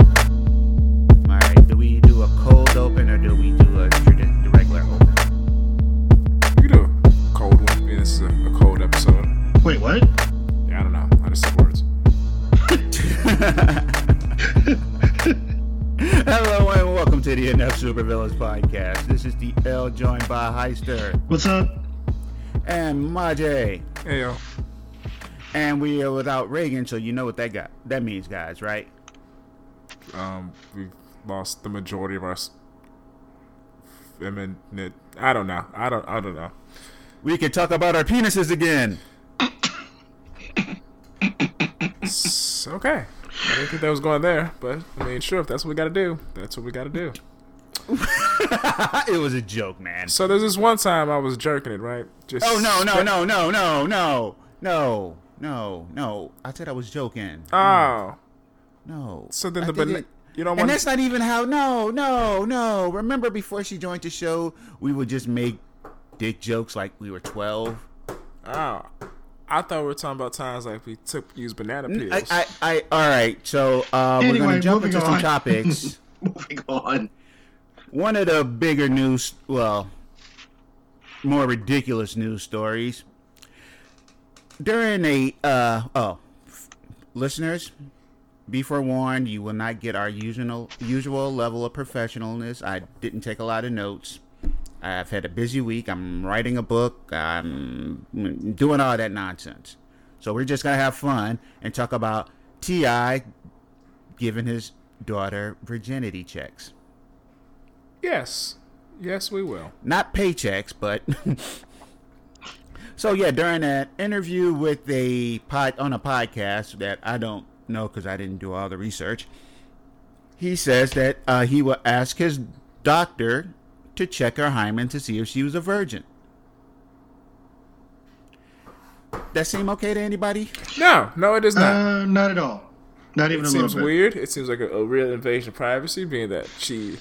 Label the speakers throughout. Speaker 1: All right, do we do a cold open or do we do a tradi- the regular open?
Speaker 2: We could do a cold one. I mean, this is a, a cold episode.
Speaker 3: Wait, what?
Speaker 2: Yeah, I don't know. I just said words.
Speaker 1: Hello and welcome to the Enough Supervillains podcast. This is the L joined by Heister
Speaker 3: What's up?
Speaker 1: and Majay,
Speaker 2: Hey yo.
Speaker 1: and we are without Reagan, so you know what that got that means, guys, right?
Speaker 2: Um, we lost the majority of our. s- Feminine. I don't know. I don't. I don't know.
Speaker 1: We can talk about our penises again.
Speaker 2: It's okay. I didn't think that was going there, but I mean, sure. If that's what we got to do, that's what we got to do.
Speaker 1: it was a joke, man.
Speaker 2: So there's this one time I was jerking it, right? Just
Speaker 1: Oh no, no, no, no, no, no, no, no, no. I said I was joking.
Speaker 2: Oh,
Speaker 1: No.
Speaker 2: so then
Speaker 1: I
Speaker 2: the banana.
Speaker 1: didn't-
Speaker 2: You don't
Speaker 1: and
Speaker 2: want.
Speaker 1: that's not even how. No, no, no. Remember before she joined the show, we would just make dick jokes like we were 12.
Speaker 2: Oh, I thought we were talking about times like we took used banana peels.
Speaker 1: I, I, I, all right. So uh, we're going
Speaker 3: Anyway,
Speaker 1: to jump
Speaker 3: moving
Speaker 1: into some
Speaker 3: on.
Speaker 1: topics.
Speaker 3: Moving on.
Speaker 1: One of the bigger news, well, more ridiculous news stories. During a, uh, oh, f- listeners, be forewarned, you will not get our usual, usual level of professionalness. I didn't take a lot of notes. I've had a busy week. I'm writing a book. I'm doing all that nonsense. So we're just going to have fun and talk about T.I. giving his daughter virginity checks
Speaker 2: yes, yes, we will.
Speaker 1: not paychecks, but so yeah. During an interview with a pod on a podcast that I don't know because I didn't do all the research, he says that uh, he will ask his doctor to check her hymen to see if she was a virgin. That seem okay to anybody?
Speaker 2: No, no, it is not.
Speaker 3: Uh, not at all. Not even
Speaker 2: It
Speaker 3: a
Speaker 2: seems
Speaker 3: little bit.
Speaker 2: weird. It seems like a, a real invasion of privacy, being that she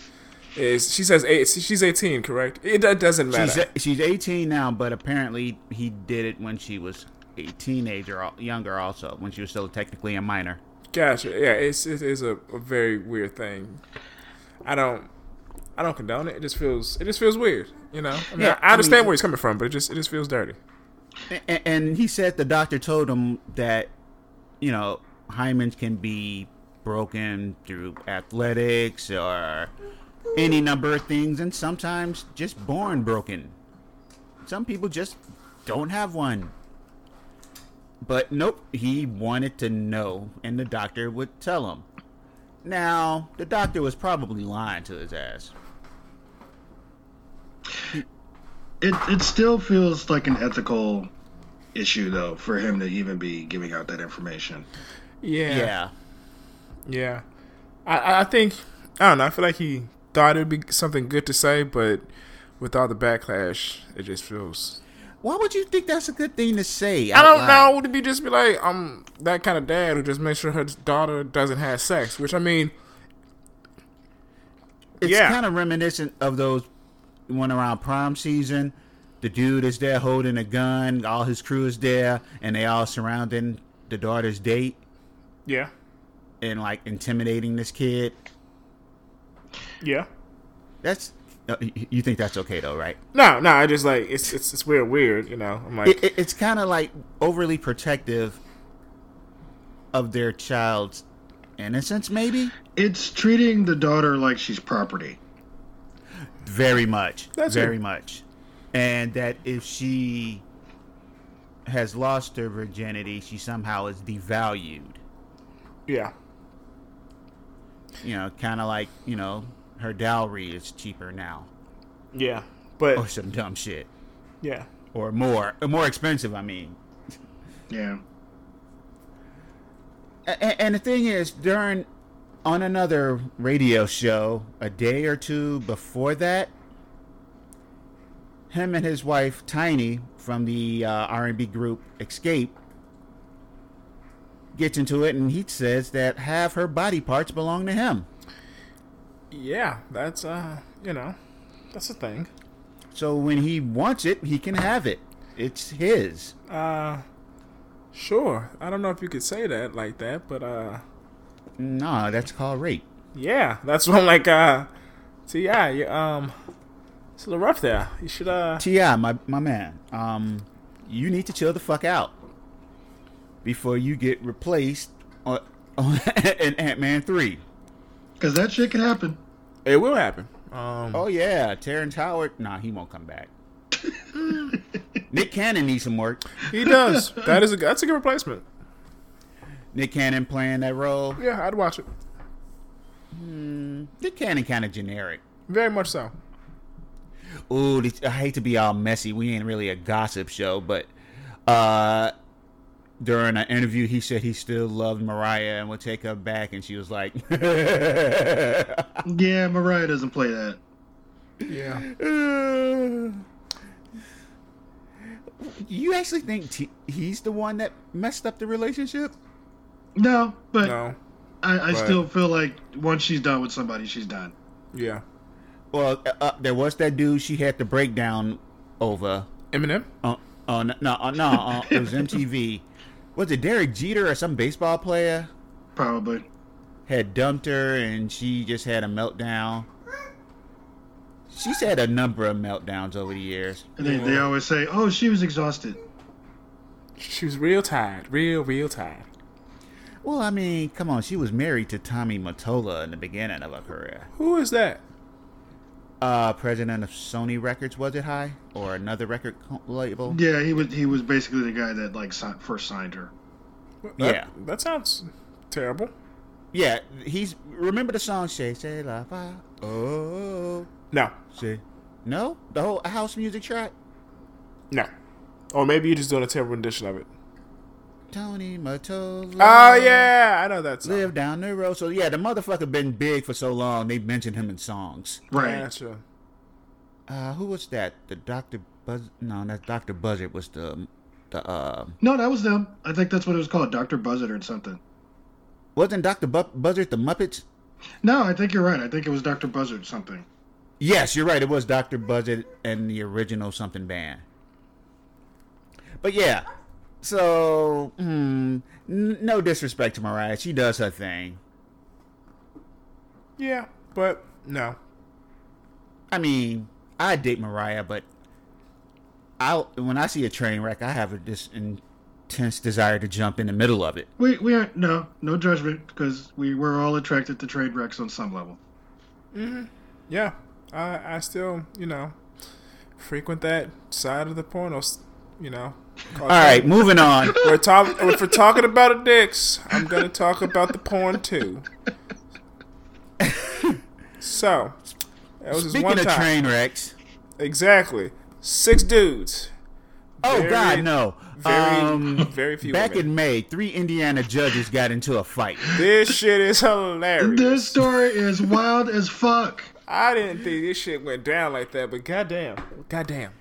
Speaker 2: is. She says eight, she's eighteen, correct? It, do- doesn't matter.
Speaker 1: She's e, she's 18 now, but apparently he did it when she was a teenager, al- younger also, when she was still technically a minor.
Speaker 2: gotcha. Yeah, it's it is a, a very weird thing. I don't. I don't condone it. It just feels. It just feels weird. You know. I, mean,
Speaker 1: Yeah,
Speaker 2: I,
Speaker 1: I
Speaker 2: I understand
Speaker 1: mean-
Speaker 2: where he's coming from, but it just it just feels dirty.
Speaker 1: and, and he said the doctor told him that you know hymens can be broken through athletics or any number of things and sometimes just born broken some people just don't have one but nope he wanted to know and the doctor would tell him now the doctor was probably lying to his ass
Speaker 3: It it still feels like an ethical issue though for him to even be giving out that information.
Speaker 2: Yeah.
Speaker 1: yeah
Speaker 2: Yeah, I- I, I think I don't know. I feel like he thought it'd be something good to say, but with all the backlash, it just feels.
Speaker 1: why would you think that's a good thing to say
Speaker 2: I
Speaker 1: out
Speaker 2: don't
Speaker 1: loud?
Speaker 2: know. Would it be just be like I'm that kind of dad who just makes sure her daughter doesn't have sex? Which I mean,
Speaker 1: it's
Speaker 2: Yeah.
Speaker 1: kind of reminiscent of those one around prom season. The dude is there holding a gun, all his crew is there, and they all surrounding the daughter's date
Speaker 2: yeah,
Speaker 1: and like intimidating this kid.
Speaker 2: yeah.
Speaker 1: That's uh, y- you think that's okay though, right?
Speaker 2: No, no. I just like it's it's it's weird, weird. You know, I'm like
Speaker 1: It, it, it's kind of like overly protective of their child's innocence, maybe.
Speaker 3: It's treating the daughter like she's property.
Speaker 1: Very much.
Speaker 2: That's
Speaker 1: very
Speaker 2: it.
Speaker 1: much. And that if she has lost her virginity, she somehow is devalued.
Speaker 2: yeah,
Speaker 1: You know, kind of like, you know, her dowry is cheaper now
Speaker 2: yeah.
Speaker 1: or
Speaker 2: But
Speaker 1: some dumb shit
Speaker 2: yeah,
Speaker 1: or more, or more expensive, I mean.
Speaker 3: Yeah.
Speaker 1: and, and the thing is during on another radio show a day or two before that him and his wife tiny from the uh, r&b group escape gets into it and he says that half her body parts belong to him
Speaker 2: yeah, that's uh, you know, that's a thing.
Speaker 1: So when he wants it, he can have it. It's his.
Speaker 2: Uh, sure. I don't know if you could say that like that, but uh,
Speaker 1: Nah, that's called rape.
Speaker 2: yeah, that's what I'm like. Uh, Ti, you um, it's a little rough there. You should uh,
Speaker 1: Ti, my my man, um, you need to chill the fuck out before you get replaced on, on in Ant Man three.
Speaker 3: Because that shit could happen.
Speaker 2: it will happen. Um,
Speaker 1: Oh yeah, Terrence Howard. Nah, he won't come back. Nick Cannon needs some work.
Speaker 2: he does. That is a that's a good replacement.
Speaker 1: Nick Cannon playing that role.
Speaker 2: Yeah, I'd watch it.
Speaker 1: Nick Cannon kind of generic.
Speaker 2: Very much so.
Speaker 1: Ooh, this- I hate to be all messy. We ain't really a gossip show, but uh, during an interview, he said he still loved Mariah and would take her back, and she was like,
Speaker 3: Yeah, Mariah doesn't play that.
Speaker 2: Yeah.
Speaker 1: "You actually think t- he's the one that messed up the relationship?"
Speaker 3: No, but
Speaker 2: No.
Speaker 3: I, I
Speaker 2: but-
Speaker 3: still feel like once she's done with somebody, she's done.
Speaker 2: Yeah.
Speaker 1: Well, uh, uh, there was that dude she had the breakdown over
Speaker 2: Eminem.
Speaker 1: on on no on, no on, it was MTV. Was it Derek Jeter or some baseball player?
Speaker 3: Probably.
Speaker 1: had dumped her and she just had a meltdown. She's had a number of meltdowns over the years.
Speaker 3: And they, they always say, oh, she was exhausted.
Speaker 2: She was real tired. Real, real tired.
Speaker 1: Well, I mean, come on, she was married to Tommy Mottola in the beginning of her career.
Speaker 2: Who is that?
Speaker 1: Uh, president of Sony Records, was it high? Or another record co- label?
Speaker 3: Yeah, he was he was basically the guy that like si- first signed her.
Speaker 2: That-
Speaker 1: Yeah.
Speaker 2: That sounds terrible.
Speaker 1: Yeah, he's. Remember the song Shay Shay La Ba? Oh.
Speaker 2: No.
Speaker 1: Shay. No? The whole house music track?
Speaker 2: No. Or maybe you're just doing a terrible rendition of it.
Speaker 1: Tony Mottola.
Speaker 2: Oh yeah, I know that song.
Speaker 1: Live down the road. So, yeah, the motherfucker been big for so long, they mentioned him in songs.
Speaker 3: Right.
Speaker 2: Yeah, sure.
Speaker 1: Uh, who was that? The Doctor Buzz? No, that Doctor Buzzard was the the. Uh,
Speaker 3: No, that was them. I think that's what it was called, Doctor Buzzard or something.
Speaker 1: wasn't Doctor Bu- Buzzard the Muppets?
Speaker 3: No, I think you're right. I think it was Doctor Buzzard something.
Speaker 1: Yes, you're right. It was Doctor Buzzard and the original something band. But yeah, so hmm, n- no disrespect to Mariah, she does her thing.
Speaker 2: Yeah, but no.
Speaker 1: I mean, I date Mariah, but I when I see a train wreck, I have a this intense desire to jump in the middle of it.
Speaker 3: We we aren't no no judgment because we we're all attracted to trade wrecks on some level.
Speaker 2: Yeah, I I still you know frequent that side of the pornos. You know.
Speaker 1: All right, moving on.
Speaker 2: We're talking. If we're talking about a dicks, I'm gonna talk about the porn too. So, that was just
Speaker 1: Speaking
Speaker 2: one
Speaker 1: of
Speaker 2: time.
Speaker 1: train wrecks.
Speaker 2: exactly. Six dudes.
Speaker 1: Oh
Speaker 2: Very-
Speaker 1: God, no!
Speaker 2: Very,
Speaker 1: um,
Speaker 2: very few.
Speaker 1: back
Speaker 2: women.
Speaker 1: in May, three Indiana judges got into a fight.
Speaker 2: this shit is hilarious.
Speaker 3: This story is wild as fuck.
Speaker 2: I didn't think this shit went down like that, but goddamn, goddamn.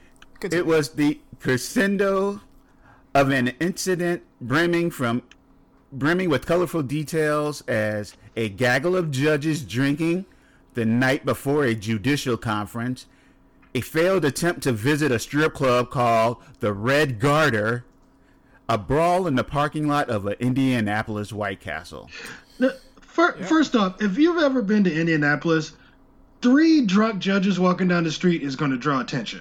Speaker 1: It was the crescendo of an incident brimming from brimming with colorful details as a gaggle of judges drinking the night before a judicial conference, a failed attempt to visit a strip club called the Red Garter, a brawl in the parking lot of an Indianapolis White Castle.
Speaker 3: No, fir- First off, if you've ever been to Indianapolis, three drunk judges walking down the street is going to draw attention.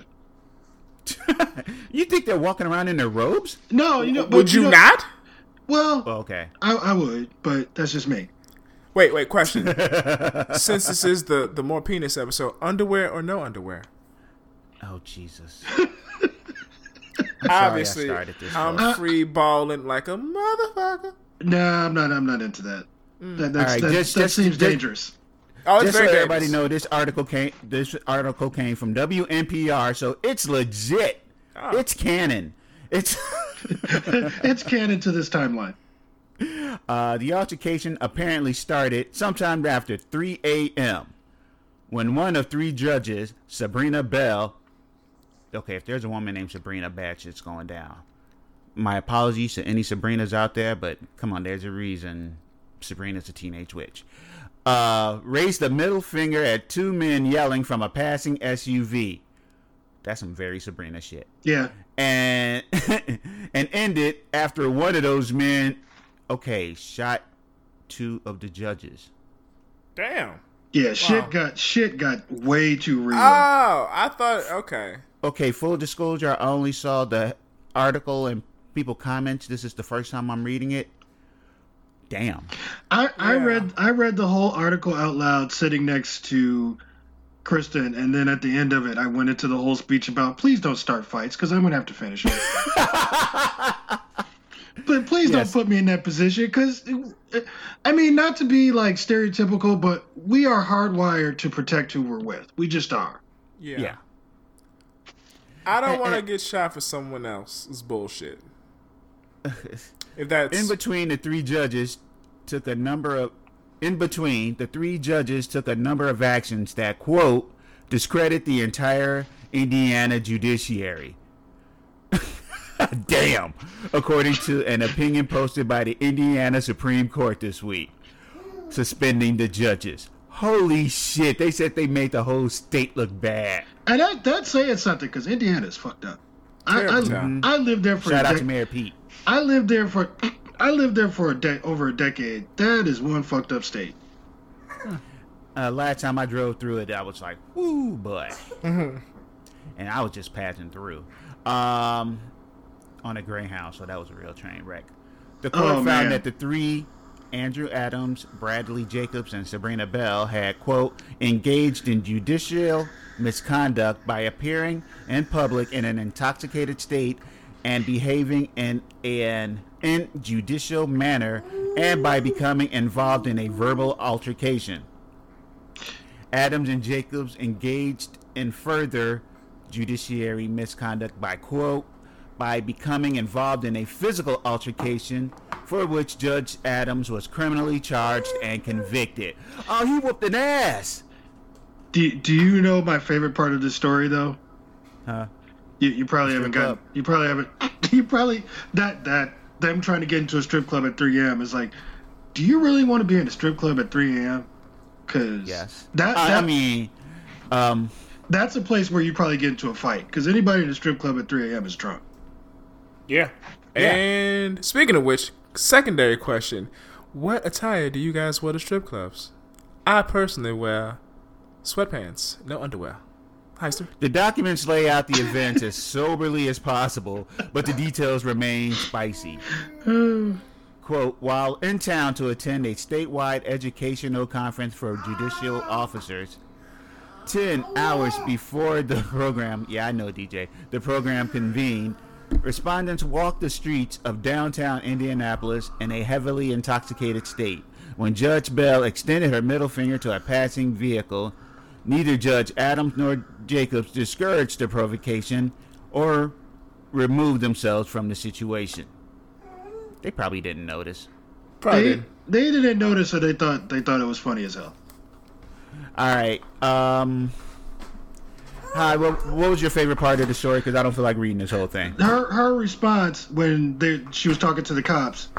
Speaker 1: You think they're walking around in their robes?
Speaker 3: No, you know. But
Speaker 2: Would you
Speaker 3: know-
Speaker 2: not?
Speaker 3: Well,
Speaker 1: Okay.
Speaker 3: I, I would, but that's just me.
Speaker 2: Wait, wait. Question. Since this is the the more penis episode, underwear or no underwear?
Speaker 1: Oh Jesus!
Speaker 2: Obviously,
Speaker 1: started this
Speaker 2: I'm
Speaker 1: one.
Speaker 2: free balling like a motherfucker.
Speaker 3: No, I'm not. I'm not into that. That, that's,
Speaker 1: Alright,
Speaker 3: that,
Speaker 1: just-
Speaker 3: that
Speaker 1: just-
Speaker 3: seems
Speaker 1: just-
Speaker 3: dangerous.
Speaker 2: Oh, it's
Speaker 1: Just so
Speaker 2: very
Speaker 1: everybody
Speaker 2: dangerous.
Speaker 1: know, this article came. This article came from WNPR, so it's legit. It's canon. It's
Speaker 3: it's canon to this timeline.
Speaker 1: uh, the altercation apparently started sometime after 3 a.m. when one of three judges, Sabrina Bell. Okay, if there's a woman named Sabrina Batch, it's going down. My apologies to any Sabrinas out there, but come on, there's a reason Sabrina's a teenage witch. uh, raised a middle finger at two men yelling from a passing SUV. That's some very Sabrina shit.
Speaker 3: Yeah.
Speaker 1: And and ended after one of those men, okay, shot two of the judges.
Speaker 2: Damn.
Speaker 3: Yeah, shit got shit got way too real.
Speaker 2: Oh, I thought okay.
Speaker 1: Okay, full disclosure, I only saw the article and people comments. This is the first time I'm reading it. Damn.
Speaker 3: I, I
Speaker 2: Yeah.
Speaker 3: read I read the whole article out loud sitting next to Kristen, and then at the end of it, I went into the whole speech about please don't start fights because I'm gonna have to finish it. but please
Speaker 1: Yes.
Speaker 3: don't put me in that position because I mean not to be like stereotypical, but we are hardwired to protect who we're with. We just are.
Speaker 2: Yeah.
Speaker 1: Yeah.
Speaker 2: I don't want to get shot for someone else's bullshit. If that's
Speaker 1: In between the three judges took a number of in between the three judges took a number of actions that quote discredit the entire Indiana judiciary. Damn, according to an opinion posted by the Indiana Supreme Court this week, suspending the judges. Holy shit, they said they made the whole state look bad.
Speaker 3: And that that's saying something because Indiana is fucked up. I,
Speaker 2: Terrible
Speaker 3: I,
Speaker 2: town.
Speaker 3: I lived there for
Speaker 1: Shout
Speaker 3: a
Speaker 1: out
Speaker 3: dec-
Speaker 1: to Mayor Pete.
Speaker 3: I lived there for I lived there for a de- over a decade. That is one fucked up state.
Speaker 1: uh, last time I drove through it, I was like, "Woo, boy,"
Speaker 3: Mm-hmm.
Speaker 1: and I was just passing through um, on a Greyhound, so that was a real train wreck. The court
Speaker 3: Oh,
Speaker 1: found
Speaker 3: man.
Speaker 1: that the three Andrew Adams, Bradley Jacobs, and Sabrina Bell had quote engaged in judicial misconduct by appearing in public in an intoxicated state and behaving in an injudicial manner and by becoming involved in a verbal altercation. Adams and Jacobs engaged in further judiciary misconduct by quote by becoming involved in a physical altercation for which Judge Adams was criminally charged and convicted. Oh, he whooped an ass.
Speaker 3: Do Do you know my favorite part of this story though?
Speaker 1: Huh?
Speaker 3: You, you probably haven't
Speaker 1: Strip
Speaker 3: gotten.
Speaker 1: club.
Speaker 3: You probably haven't. You probably that that them trying to get into a strip club at 3 a.m. is like, do you really want to be in a strip club at 3 a.m.? Because
Speaker 1: Yes.
Speaker 3: that,
Speaker 1: I,
Speaker 3: that
Speaker 1: I mean, um,
Speaker 3: that's a place where you probably get into a fight because anybody in a strip club at 3 a.m. is drunk.
Speaker 2: yeah. And speaking of which, secondary question: What attire do you guys wear to strip clubs? I personally wear sweatpants, no underwear. Heister.
Speaker 1: the documents lay out the events as soberly as possible, but the details remain spicy. quote, while in town to attend a statewide educational conference for judicial officers, 10 hours before the program, yeah, I know, DJ, the program convened, respondents walked the streets of downtown Indianapolis in a heavily intoxicated state. When Judge Bell extended her middle finger to a passing vehicle, neither Judge Adams nor Jacobs discouraged the provocation or removed themselves from the situation. They probably didn't notice.
Speaker 2: Probably.
Speaker 3: They
Speaker 2: didn't.
Speaker 3: they didn't notice, so they thought they thought it was funny as hell.
Speaker 1: All right. Um. Hi. What, what was your favorite part of the story? Because I don't feel like reading this whole thing.
Speaker 3: her her response when they, she was talking to the cops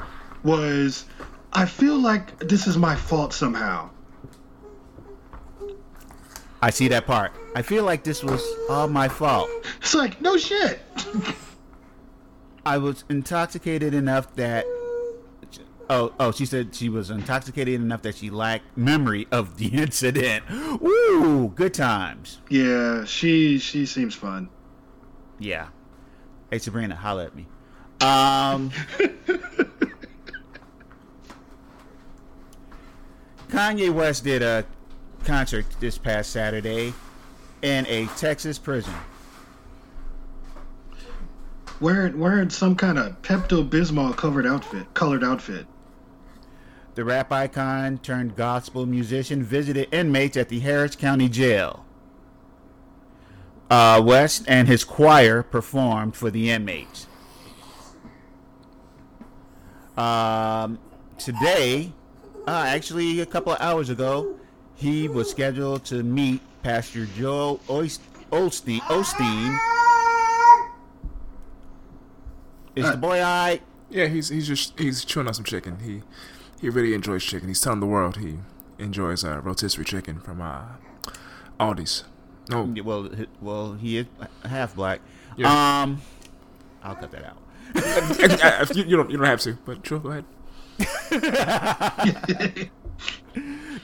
Speaker 3: was, "I feel like this is my fault somehow."
Speaker 1: I see that part. I feel like this was all my fault.
Speaker 3: It's like no shit.
Speaker 1: I was intoxicated enough that. Oh, oh, she said she was intoxicated enough that she lacked memory of the incident. Woo! Good times.
Speaker 3: Yeah, she she seems fun.
Speaker 1: Yeah. Hey, Sabrina, holla at me. Um. Kanye West did a concert this past Saturday in a Texas prison.
Speaker 3: Wearing wearing some kind of Pepto Bismol covered outfit, colored outfit.
Speaker 1: The rap icon turned gospel musician visited inmates at the Harris County Jail. Uh, West and his choir performed for the inmates. Um, today, uh, actually a couple of hours ago, he was scheduled to meet Pastor Joel Oist- Olstein. Osteen. Is the boy all right?
Speaker 2: Yeah, he's he's just he's chewing on some chicken. He he really enjoys chicken. He's telling the world he enjoys uh, rotisserie chicken from uh, Aldi's. No,
Speaker 1: Well, h- well, he is half black.
Speaker 2: Yeah.
Speaker 1: Um, I'll cut that out.
Speaker 2: I- I- you, you don't you don't have to, but sure, go ahead.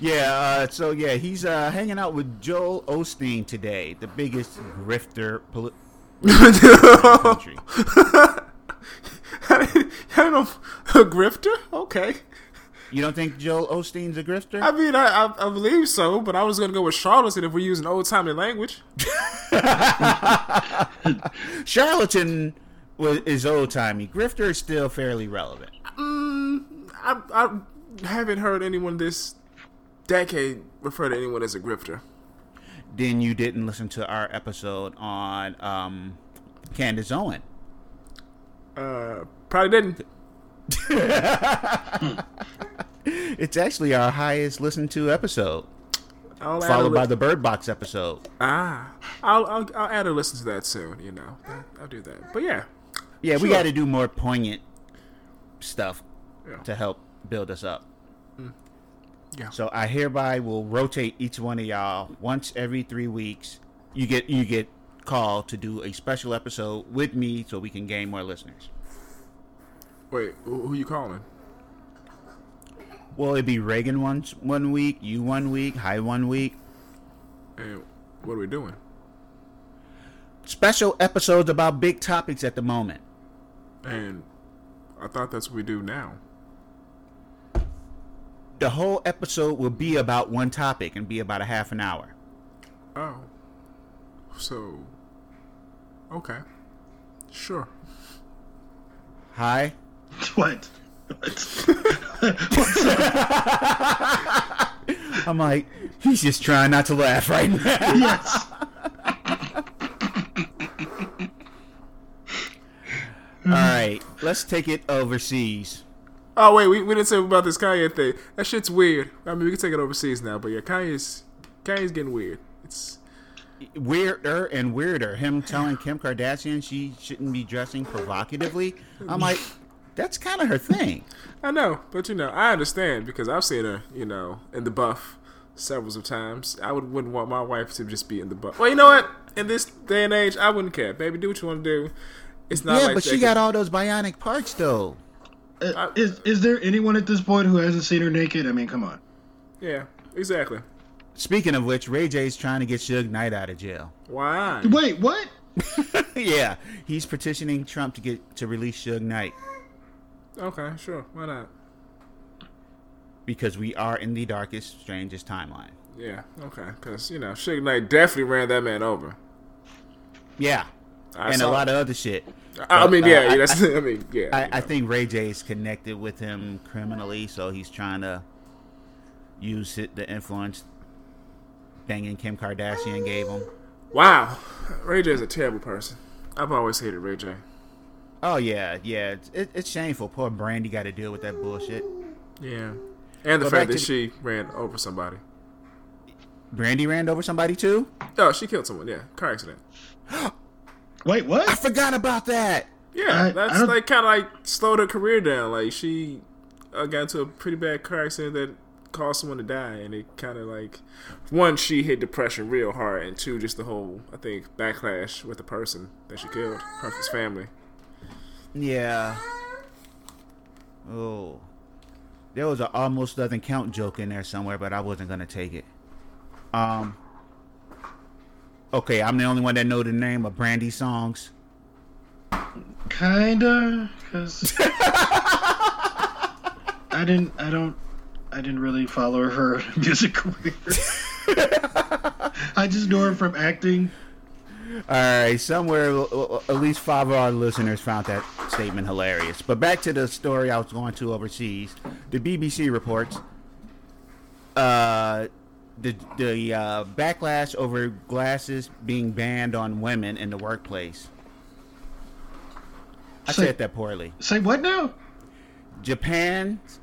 Speaker 1: Yeah, uh, so yeah, he's uh, hanging out with Joel Osteen today, the biggest grifter poli- in the country.
Speaker 2: I don't know, if- a grifter? Okay.
Speaker 1: You don't think Joel Osteen's a grifter?
Speaker 2: I mean, I, I, I believe so, but I was gonna go with charlatan if we're using old timey language.
Speaker 1: Charlatan was, is old timey. Grifter is still fairly relevant.
Speaker 2: mm, I, I haven't heard anyone this decade refer to anyone as a grifter.
Speaker 1: Then you didn't listen to our episode on um, Candace Owen.
Speaker 2: Uh, probably didn't.
Speaker 1: It's actually our highest listened to episode,
Speaker 2: I'll add a
Speaker 1: followed
Speaker 2: li-
Speaker 1: by the Bird Box episode.
Speaker 2: ah. I'll, I'll I'll add a listen to that soon. You know, I'll do that. But yeah,
Speaker 1: Yeah, we
Speaker 2: Sure.
Speaker 1: got to do more poignant stuff
Speaker 2: Yeah. Mm.
Speaker 1: to help build us up.
Speaker 2: Yeah.
Speaker 1: So I hereby will rotate each one of y'all once every three weeks. You get you get called to do a special episode with me, so we can gain more listeners.
Speaker 2: wait, who, who you calling?
Speaker 1: Well, it'd be Reagan once one week, you one week, High one week.
Speaker 2: And what are we doing?
Speaker 1: Special episodes about big topics at the moment.
Speaker 2: And I thought that's what we do now.
Speaker 1: The whole episode will be about one topic and be about a half an hour.
Speaker 2: Oh. So. Okay. Sure.
Speaker 1: Hi.
Speaker 3: What?
Speaker 1: I'm like, he's just trying not to laugh right now.
Speaker 3: Yes.
Speaker 1: All right, let's take it overseas.
Speaker 2: Oh wait, we, we didn't say about this Kanye thing. That shit's weird. I mean, we can take it overseas now, but yeah, Kanye's Kanye's getting weird. It's
Speaker 1: Weirder and weirder. Him telling Kim Kardashian she shouldn't be dressing provocatively. I'm like, that's kind of her thing.
Speaker 2: I know, but you know, I understand because I've seen her, you know, in the buff several of times. I would wouldn't want my wife to just be in the buff. Well, you know what? In this day and age, I wouldn't care. Baby, do what you want to do. It's not
Speaker 1: yeah,
Speaker 2: like
Speaker 1: but
Speaker 2: they
Speaker 1: she
Speaker 2: can-
Speaker 1: got all those bionic parts though.
Speaker 3: Uh, Is is there anyone at this point who hasn't seen her naked? I mean, come on.
Speaker 2: Yeah, exactly.
Speaker 1: Speaking of which, Ray J's trying to get Suge Knight out of jail.
Speaker 2: Why?
Speaker 3: Wait, what?
Speaker 1: yeah, he's petitioning Trump to get to release Suge Knight
Speaker 2: Okay, sure. Why not?
Speaker 1: because we are in the darkest, strangest timeline.
Speaker 2: Yeah, okay, because you know, Suge Knight definitely ran that man over.
Speaker 1: Yeah,
Speaker 2: I
Speaker 1: and a
Speaker 2: saw-
Speaker 1: lot of other shit.
Speaker 2: I, I mean,
Speaker 1: Uh,
Speaker 2: yeah,
Speaker 1: I-
Speaker 2: that's. I, mean, yeah.
Speaker 1: I,
Speaker 2: you
Speaker 1: I
Speaker 2: know.
Speaker 1: think Ray J is connected with him criminally, so he's trying to use it, the influence banging Kim Kardashian gave him.
Speaker 2: Wow, Ray J is a terrible person. I've always hated Ray J.
Speaker 1: Oh yeah, yeah, it's, it, it's shameful. Poor Brandy got to deal with that bullshit.
Speaker 2: Yeah, and the
Speaker 1: But back
Speaker 2: fact that
Speaker 1: to
Speaker 2: she ran over somebody.
Speaker 1: Brandy ran over somebody too.
Speaker 2: Oh, she killed someone. Yeah, car accident.
Speaker 3: Wait,
Speaker 1: I
Speaker 3: what?
Speaker 1: forgot about that.
Speaker 2: Yeah,
Speaker 3: I-
Speaker 2: that's
Speaker 3: I don't-
Speaker 2: like kind of like slowed her career down. Like she uh, got into a pretty bad car accident that caused someone to die, and it kind of like one she hit depression real hard, and two just the whole I think backlash with the person that she killed, her his family.
Speaker 1: Yeah. Oh, there was an almost doesn't count joke in there somewhere, but I wasn't gonna take it. Um. Okay, I'm the only one that know the name of Brandy songs.
Speaker 3: Kinda, 'cause I didn't. I don't. I didn't really follow her music career. I just know her from acting.
Speaker 1: All right, somewhere l- l- at least five of our listeners found that statement hilarious. But back to the story I was going to overseas. The BBC reports uh, the the uh, backlash over glasses being banned on women in the workplace. I
Speaker 3: So-
Speaker 1: said that poorly.
Speaker 3: Say what now?
Speaker 1: Japan's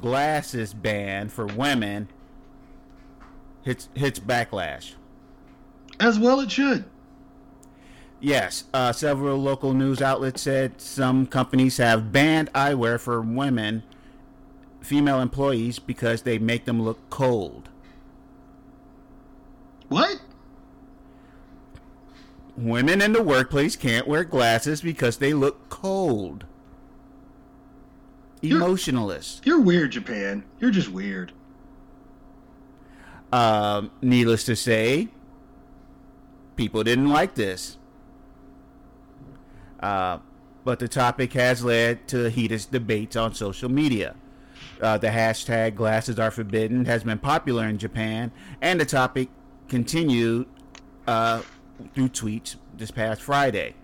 Speaker 1: glasses ban for women hits hits backlash.
Speaker 3: As well, it should.
Speaker 1: Yes, uh, several local news outlets said some companies have banned eyewear for women female employees because they make them look cold.
Speaker 3: What?
Speaker 1: Women in the workplace can't wear glasses because they look cold.
Speaker 3: You're-
Speaker 1: Emotionalist.
Speaker 3: You're weird, Japan. You're just weird.
Speaker 1: Um, needless to say, people didn't like this. Uh, but the topic has led to heated debates on social media. Uh, the hashtag glasses are forbidden has been popular in Japan, and the topic continued uh, through tweets this past Friday.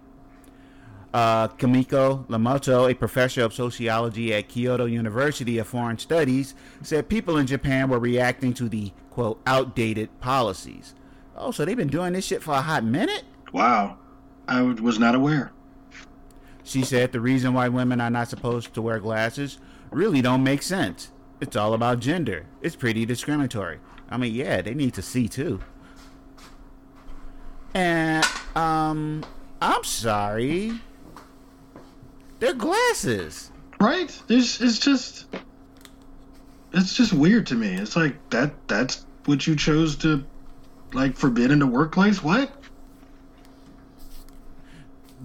Speaker 1: Uh, Kamiko Lamoto, a professor of sociology at Kyoto University of Foreign Studies, said people in Japan were reacting to the quote outdated policies. Oh, so they've been doing this shit for a hot minute?
Speaker 3: Wow. I w- was not aware.
Speaker 1: She said the reason why women are not supposed to wear glasses really don't make sense. It's all about gender. It's pretty discriminatory. I mean, yeah, they need to see too. And um I'm sorry. They're glasses.
Speaker 3: Right? There's it's just it's just weird to me. It's like that that's what you chose to like forbid in the workplace? What?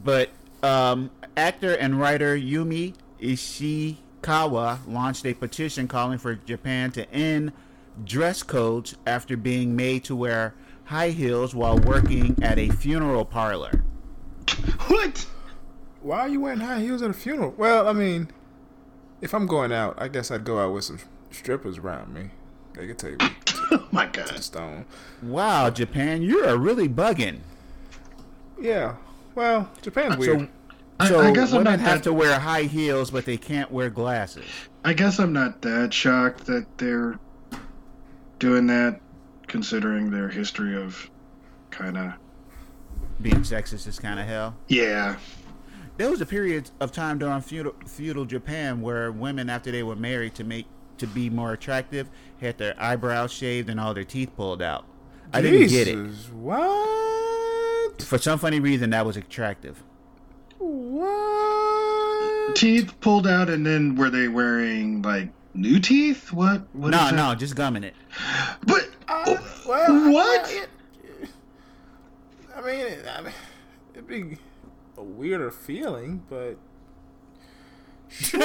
Speaker 1: But um actor and writer Yumi Ishikawa launched a petition calling for Japan to end dress codes after being made to wear high heels while working at a funeral parlor.
Speaker 3: What?
Speaker 2: Why are you wearing high heels at a funeral? Well, I mean, if I'm going out, I guess I'd go out with some strippers around me. They could take me to
Speaker 3: Oh my god.
Speaker 2: the stone.
Speaker 1: Wow, Japan, you are really bugging.
Speaker 2: Yeah. Well, Japan's weird.
Speaker 3: I-
Speaker 1: So
Speaker 3: I guess I'm
Speaker 1: women
Speaker 3: not
Speaker 1: have
Speaker 3: that-
Speaker 1: to wear high heels, but they can't wear glasses.
Speaker 3: I guess I'm not that shocked that they're doing that considering their history of kind of
Speaker 1: Being sexist is kind of hell.
Speaker 3: yeah.
Speaker 1: There was a period of time during feudal, feudal Japan where women, after they were married, to make to be more attractive, had their eyebrows shaved and all their teeth pulled out. I didn't get it.
Speaker 2: Jesus, What?
Speaker 1: For some funny reason, that was attractive.
Speaker 2: What?
Speaker 3: Teeth pulled out and then were they wearing like new teeth? What? what
Speaker 1: no,
Speaker 3: is that?
Speaker 1: no, just gumming it.
Speaker 3: But
Speaker 2: Uh,
Speaker 3: oh,
Speaker 2: well,
Speaker 3: what?
Speaker 2: I, I mean, I mean, it'd be a weirder feeling, but sure.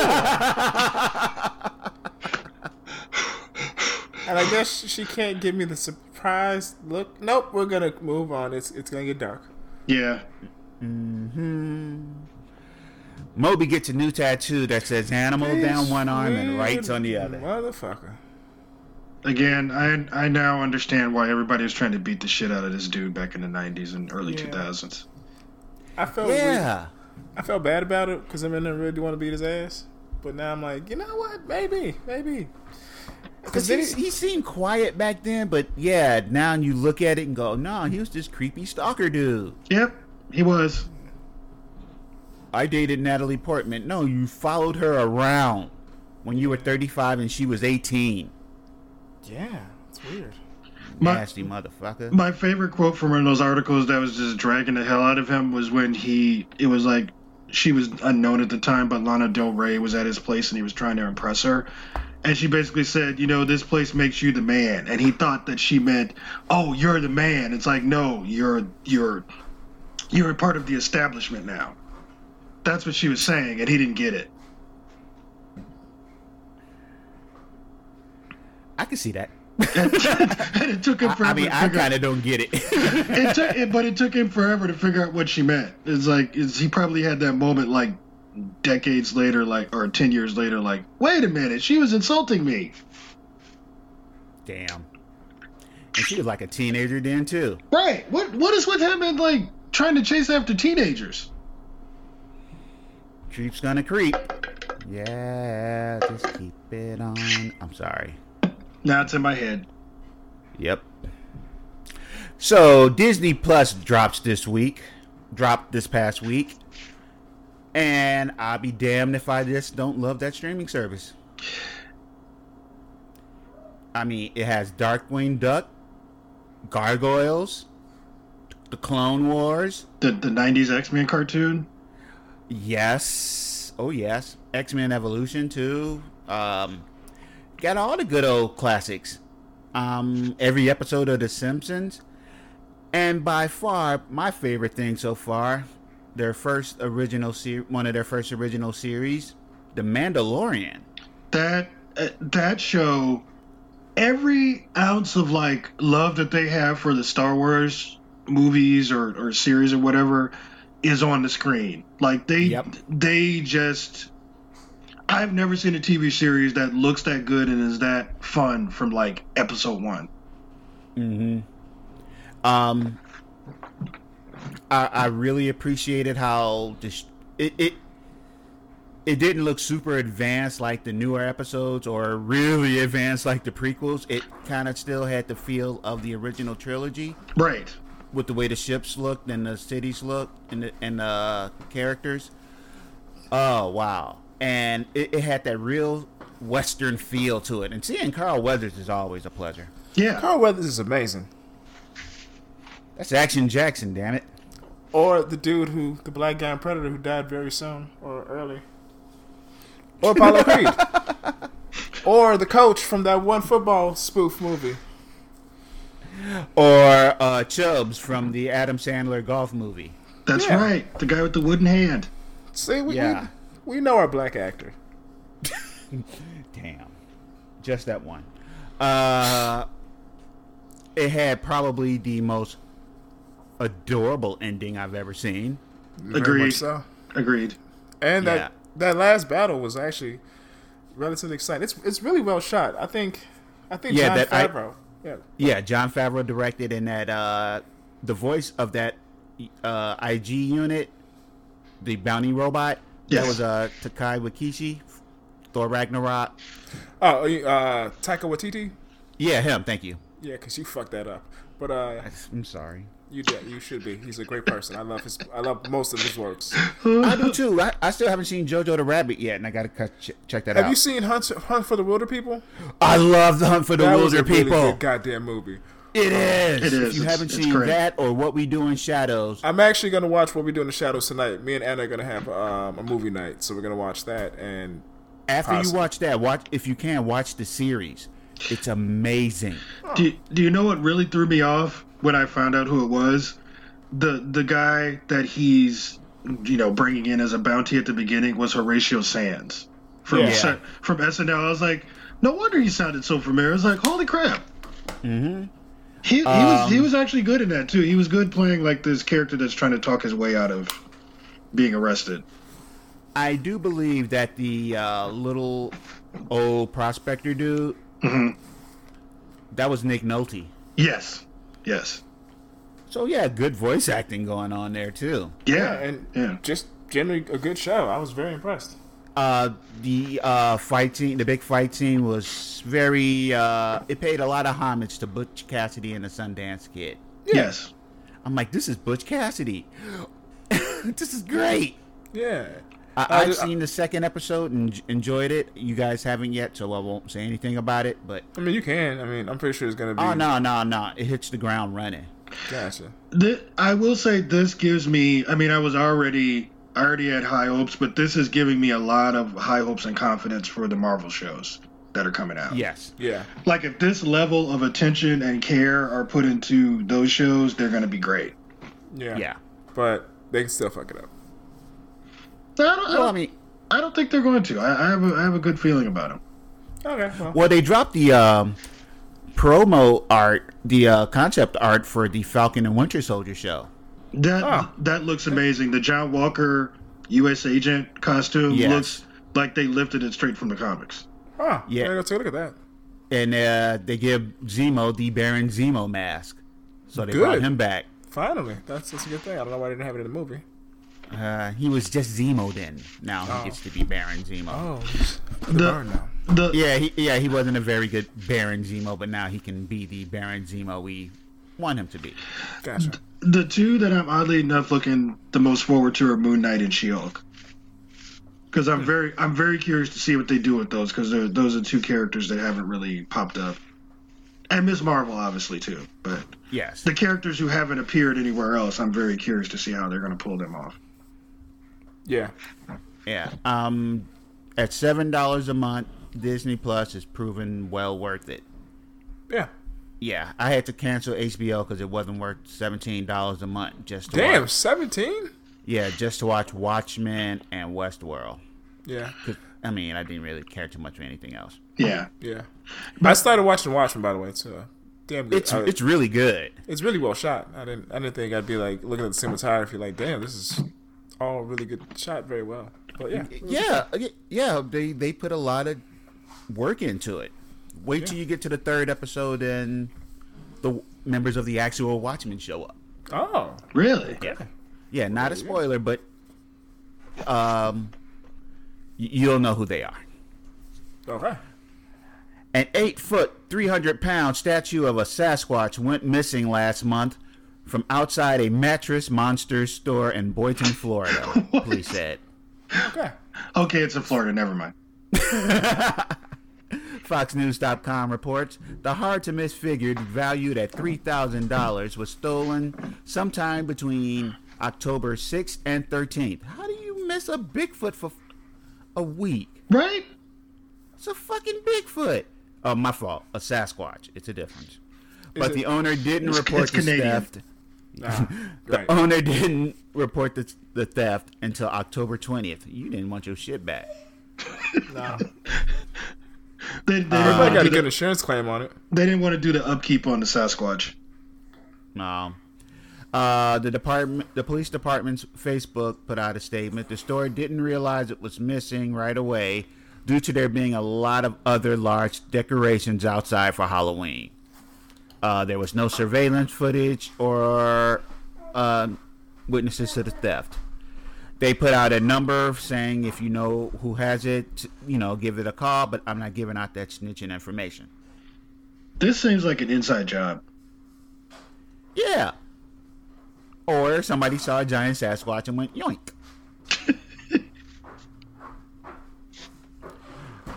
Speaker 2: and I guess she can't give me the surprise look. Nope, we're gonna move on. It's it's gonna get dark.
Speaker 3: yeah.
Speaker 1: Moby gets a new tattoo that says "animal" down one arm and rights on the other.
Speaker 2: Motherfucker.
Speaker 3: Again, I I now understand why everybody was trying to beat the shit out of this dude back in the '90s and early
Speaker 2: Yeah.
Speaker 3: 2000s.
Speaker 2: I felt weird.
Speaker 1: Yeah.
Speaker 2: I felt bad about it because I mean, I really want to beat his ass, but now I'm like, you know what? Maybe, maybe.
Speaker 1: Cause
Speaker 2: Because
Speaker 1: he, he seemed quiet back then, but yeah, now you look at it and go, no, he was this creepy stalker dude.
Speaker 3: Yep, he was.
Speaker 1: I dated Natalie Portman. No, you followed her around when you were 35 and she was 18.
Speaker 2: yeah, it's weird.
Speaker 3: My-
Speaker 1: Nasty motherfucker.
Speaker 3: My favorite quote from one of those articles that was just dragging the hell out of him was when he it was like she was unknown at the time, but Lana Del Rey was at his place and he was trying to impress her. And she basically said, you know, this place makes you the man. And he thought that she meant, oh, you're the man. It's like, no, you're you're you're a part of the establishment now. That's what she was saying, and he didn't get it.
Speaker 1: I can see that.
Speaker 3: and it took him forever.
Speaker 1: I mean,
Speaker 3: to
Speaker 1: I
Speaker 3: figure out-
Speaker 1: kind of don't get it.
Speaker 3: it took, it, but it took him forever to figure out what she meant. It's like it's, he probably had that moment like decades later, like or ten years later, like wait a minute, she was insulting me,
Speaker 1: Damn. And she was like a teenager then, too.
Speaker 3: right? What what is with him and like trying to chase after teenagers?
Speaker 1: Creep's gonna creep. Yeah, just keep it on. I'm sorry.
Speaker 3: Now it's in my head.
Speaker 1: Yep. So Disney Plus drops this week, dropped this past week, and I'll be damned if I just don't love that streaming service. I mean, it has Darkwing Duck, Gargoyles, The Clone Wars.
Speaker 3: The the '90s X Men cartoon.
Speaker 1: Yes, oh yes, X Men Evolution too. Um, got all the good old classics. Um, every episode of The Simpsons, and by far my favorite thing so far, their first original ser- one of their first original series, The Mandalorian.
Speaker 3: that uh, that show every ounce of like love that they have for the star wars movies or, or series or whatever is on the screen like they
Speaker 1: Yep.
Speaker 3: they just i've never seen a tv series that looks that good and is that fun from like episode one
Speaker 1: Um, I, I really appreciated how this, it, it it didn't look super advanced like the newer episodes or really advanced like the prequels. It kind of still had the feel of the original trilogy
Speaker 3: right
Speaker 1: with the way the ships looked and the cities looked and the, and the characters. Oh wow! And it, it had that real western feel to it. And seeing Carl Weathers is always a pleasure.
Speaker 3: yeah
Speaker 2: Carl Weathers is amazing.
Speaker 1: That's Action Jackson, damn it.
Speaker 2: Or the dude who, the black guy in Predator who died very soon or early. Or Apollo Creed. Or the coach from that one football spoof movie.
Speaker 1: or uh, Chubbs from the Adam Sandler golf movie.
Speaker 3: that's
Speaker 2: Yeah.
Speaker 3: right the guy with the wooden hand
Speaker 2: See, we,
Speaker 1: Yeah.
Speaker 2: we, we know our black actor.
Speaker 1: Damn, just that one. Uh, it had probably the most adorable ending I've ever seen.
Speaker 2: Very
Speaker 3: Agreed.
Speaker 2: much so.
Speaker 3: agreed
Speaker 2: And that
Speaker 1: Yeah.
Speaker 2: that last battle was actually relatively exciting. It's it's really well shot. I think I think
Speaker 1: Yeah,
Speaker 2: John
Speaker 1: that I-
Speaker 2: Favreau. yeah.
Speaker 1: Yeah, John Favreau directed, and that uh, the voice of that uh, IG unit, the bounty robot,
Speaker 3: Yes.
Speaker 1: that was uh, Takai Wakishi, Thor Ragnarok.
Speaker 2: Oh, uh, Taika Waititi.
Speaker 1: Yeah, him. Thank you.
Speaker 2: Yeah, because you fucked that up. But uh,
Speaker 1: I'm sorry.
Speaker 2: you did. You should be. He's a great person. I love his. I love most of his works.
Speaker 1: I do too. I, I still haven't seen JoJo the Rabbit yet, and I gotta cut, ch- check that out.
Speaker 2: Have you seen Hunt Hunt for the Wilder People?
Speaker 1: I love the Hunt for the
Speaker 2: That was
Speaker 1: Wilder
Speaker 2: a really
Speaker 1: People.
Speaker 2: good goddamn movie.
Speaker 1: it is.
Speaker 3: It
Speaker 1: If
Speaker 3: is.
Speaker 1: you
Speaker 3: It's-
Speaker 1: haven't
Speaker 3: it's
Speaker 1: seen
Speaker 3: great.
Speaker 1: that or What We Do in Shadows,
Speaker 2: I'm actually gonna watch what we do in the shadows tonight. Me and Anna are gonna have um, a movie night, so we're gonna watch that. And
Speaker 1: after
Speaker 2: awesome.
Speaker 1: you watch that, watch if you can watch the series. It's amazing.
Speaker 3: Do, do you know what really threw me off when I found out who it was? The the guy that he's you know bringing in as a bounty at the beginning was Horatio Sands from
Speaker 2: Yeah.
Speaker 3: S- from SNL. I was like, no wonder he sounded so familiar. I was like, holy crap. Mm-hmm. He, he was
Speaker 2: Um,
Speaker 3: he was actually good in that too. He was good playing like this character that's trying to talk his way out of being arrested.
Speaker 1: I do believe that the uh, little old prospector dude,
Speaker 3: Mm-hmm.
Speaker 1: that was Nick Nolte.
Speaker 3: Yes, yes,
Speaker 1: So yeah, good voice acting going on there too.
Speaker 3: yeah,
Speaker 2: yeah, and
Speaker 3: yeah.
Speaker 2: just generally a good show. I was very impressed.
Speaker 1: Uh, the uh, fight scene, the big fight scene was very. Uh, it paid a lot of homage to Butch Cassidy and the Sundance Kid.
Speaker 3: yes.
Speaker 1: I'm like, this is Butch Cassidy. this is great.
Speaker 2: Yeah.
Speaker 1: I,
Speaker 2: I
Speaker 1: I've
Speaker 2: just-
Speaker 1: seen the second episode and j- enjoyed it. You guys haven't yet, so I won't say anything about it. But
Speaker 2: I mean, you can. I mean, I'm pretty sure it's gonna be.
Speaker 1: oh no, no, no! It hits the ground running.
Speaker 2: Gotcha.
Speaker 3: Th I will say this gives me. I mean, I was already I already had high hopes, but this is giving me a lot of high hopes and confidence for the Marvel shows that are coming
Speaker 2: Oh.
Speaker 3: out.
Speaker 1: Yes,
Speaker 2: Yeah.
Speaker 3: Like if this level of attention and care are put into those shows, they're going to be great.
Speaker 2: Yeah.
Speaker 1: yeah.
Speaker 2: But they can still fuck it up.
Speaker 3: I don't, I,
Speaker 1: Well, I
Speaker 3: don't,
Speaker 1: mean,
Speaker 3: I don't think they're going to. I, I have a, I have a good feeling about them.
Speaker 2: Okay. Well,
Speaker 1: well, they dropped the um, promo art, the uh, concept art for the Falcon and Winter Soldier show.
Speaker 3: That
Speaker 1: Ah.
Speaker 2: Oh.
Speaker 3: that looks amazing. The John Walker U.S. agent costume
Speaker 1: Yes.
Speaker 3: looks like they lifted it straight from the comics.
Speaker 2: huh.
Speaker 1: Yeah.
Speaker 2: Yeah. Go take a look at that.
Speaker 1: and uh, they give Zemo the Baron Zemo mask. So they brought
Speaker 2: Good.
Speaker 1: him back.
Speaker 2: Finally, that's that's a good thing. I don't know why they didn't have it in the movie.
Speaker 1: Uh, he was just Zemo then. Now
Speaker 2: Oh.
Speaker 1: he gets to be Baron Zemo.
Speaker 2: Oh.
Speaker 3: The-
Speaker 2: The, now.
Speaker 3: The
Speaker 1: Yeah, he, yeah, he wasn't a very good Baron Zemo, but now he can be the Baron Zemo we want him to be.
Speaker 2: Gotcha.
Speaker 3: the two that I'm oddly enough looking the most forward to are Moon Knight and She-Hulk. Because I'm very I'm very curious to see what they do with those because those are two characters that haven't really popped up, and Ms. Marvel obviously too. But
Speaker 1: Yes.
Speaker 3: the characters who haven't appeared anywhere else, I'm very curious to see how they're going to pull them off.
Speaker 2: Yeah.
Speaker 1: Yeah. Um, at seven dollars a month, Disney Plus has proven well worth it.
Speaker 2: Yeah.
Speaker 1: Yeah, I had to cancel HBO because it wasn't worth seventeen dollars a month just to
Speaker 2: Damn,
Speaker 1: watch.
Speaker 2: 17?
Speaker 1: Yeah, just to watch Watchmen and Westworld.
Speaker 2: Yeah.
Speaker 1: 'Cause, I mean, I didn't really care too much for anything else.
Speaker 3: Yeah.
Speaker 2: Yeah. I started watching Watchmen by the way, too. Damn good.
Speaker 1: It's
Speaker 2: I-
Speaker 1: it's really good.
Speaker 2: it's really well shot. I didn't I didn't think I'd be like looking at the cinematography like, damn, this is all really good shot very well. But yeah.
Speaker 1: Yeah, y- yeah, they they put a lot of work into it. Wait till you get to the third episode and the w- members of the actual Watchmen show up.
Speaker 2: Oh.
Speaker 3: Really?
Speaker 2: Yeah.
Speaker 1: Yeah, not a spoiler, but um, y- you'll know who they are.
Speaker 2: Okay.
Speaker 1: An eight foot, 300 pound statue of a Sasquatch went missing last month from outside a mattress monster store in Boynton, Florida, police said.
Speaker 2: Okay.
Speaker 3: Okay, it's in Florida. Never mind.
Speaker 1: FoxNews.com reports the hard to miss figure valued at $3,000 was stolen sometime between October 6th and 13th. How do you miss a Bigfoot for f- a week?
Speaker 3: Right?
Speaker 1: It's a fucking Bigfoot. Oh, my fault. A Sasquatch. It's a difference. But
Speaker 2: it-
Speaker 1: the owner didn't
Speaker 3: It's-
Speaker 1: report
Speaker 3: it's
Speaker 1: the
Speaker 3: Canadian.
Speaker 1: theft.
Speaker 2: Ah, right.
Speaker 1: Owner didn't report the, the theft until October 20th. You didn't want your shit back.
Speaker 2: Nah.
Speaker 3: They, they,
Speaker 2: Everybody
Speaker 3: didn't
Speaker 2: got
Speaker 3: want
Speaker 2: a
Speaker 3: to do
Speaker 2: good
Speaker 3: the,
Speaker 2: insurance claim on it.
Speaker 3: they didn't want to do the upkeep on the Sasquatch.
Speaker 1: No. Uh, the department, the police department's Facebook put out a statement. The store didn't realize it was missing right away, due to there being a lot of other large decorations outside for Halloween. Uh, there was no surveillance footage or uh, witnesses to the theft. They put out a number saying if you know who has it, you know, give it a call. But I'm not giving out that snitching information.
Speaker 3: This seems like an inside job.
Speaker 1: Yeah. Or somebody saw a giant Sasquatch and went yoink.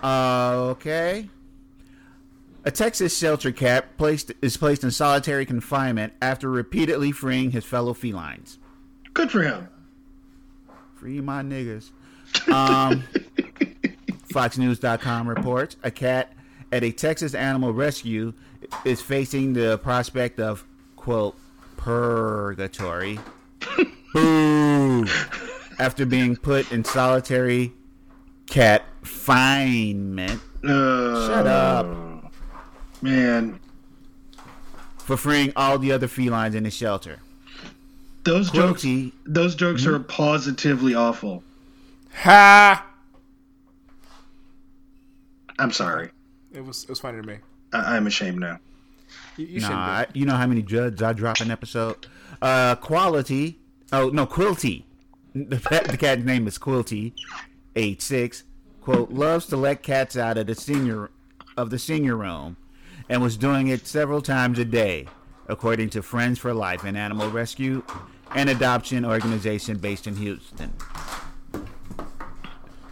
Speaker 1: uh, okay. A Texas shelter cat placed is placed in solitary confinement after repeatedly freeing his fellow felines.
Speaker 3: Good for him.
Speaker 1: Free my niggas. Um, FoxNews.com reports a cat at a Texas animal rescue is facing the prospect of, quote, purgatory. Boo! After being put in solitary cat confinement
Speaker 3: Uh,
Speaker 1: Shut up.
Speaker 3: Man,
Speaker 1: for freeing all the other felines in the shelter.
Speaker 3: those jokes
Speaker 1: Quilty,
Speaker 3: those jokes are positively awful.
Speaker 2: Ha!
Speaker 3: I'm sorry.
Speaker 2: It was it was funny to me.
Speaker 3: I, I'm ashamed now.
Speaker 2: You, you shouldn't.
Speaker 1: nah, I-
Speaker 2: be.
Speaker 1: you know how many judges I drop an episode? Uh, quality. Oh no, Quilty. The, pet- the cat's name is Quilty. Eight six. Quote loves to let cats out of the senior of the senior room, and was doing it several times a day, according to Friends for Life, an animal rescue and adoption organization based in Houston.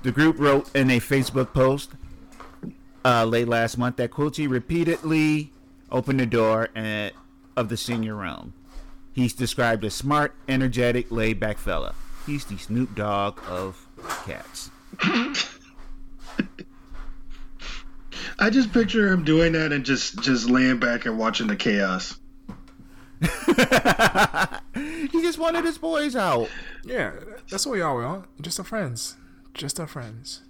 Speaker 1: The group wrote in a Facebook post uh, late last month that Quilty repeatedly opened the door and, of the senior room. He's described as smart, energetic, laid back fella. He's the Snoop Dogg of cats.
Speaker 3: I just picture him doing that and just just laying back and watching the chaos.
Speaker 1: He just wanted his boys out.
Speaker 2: Yeah, that's what we all are. Just our friends. Just our friends.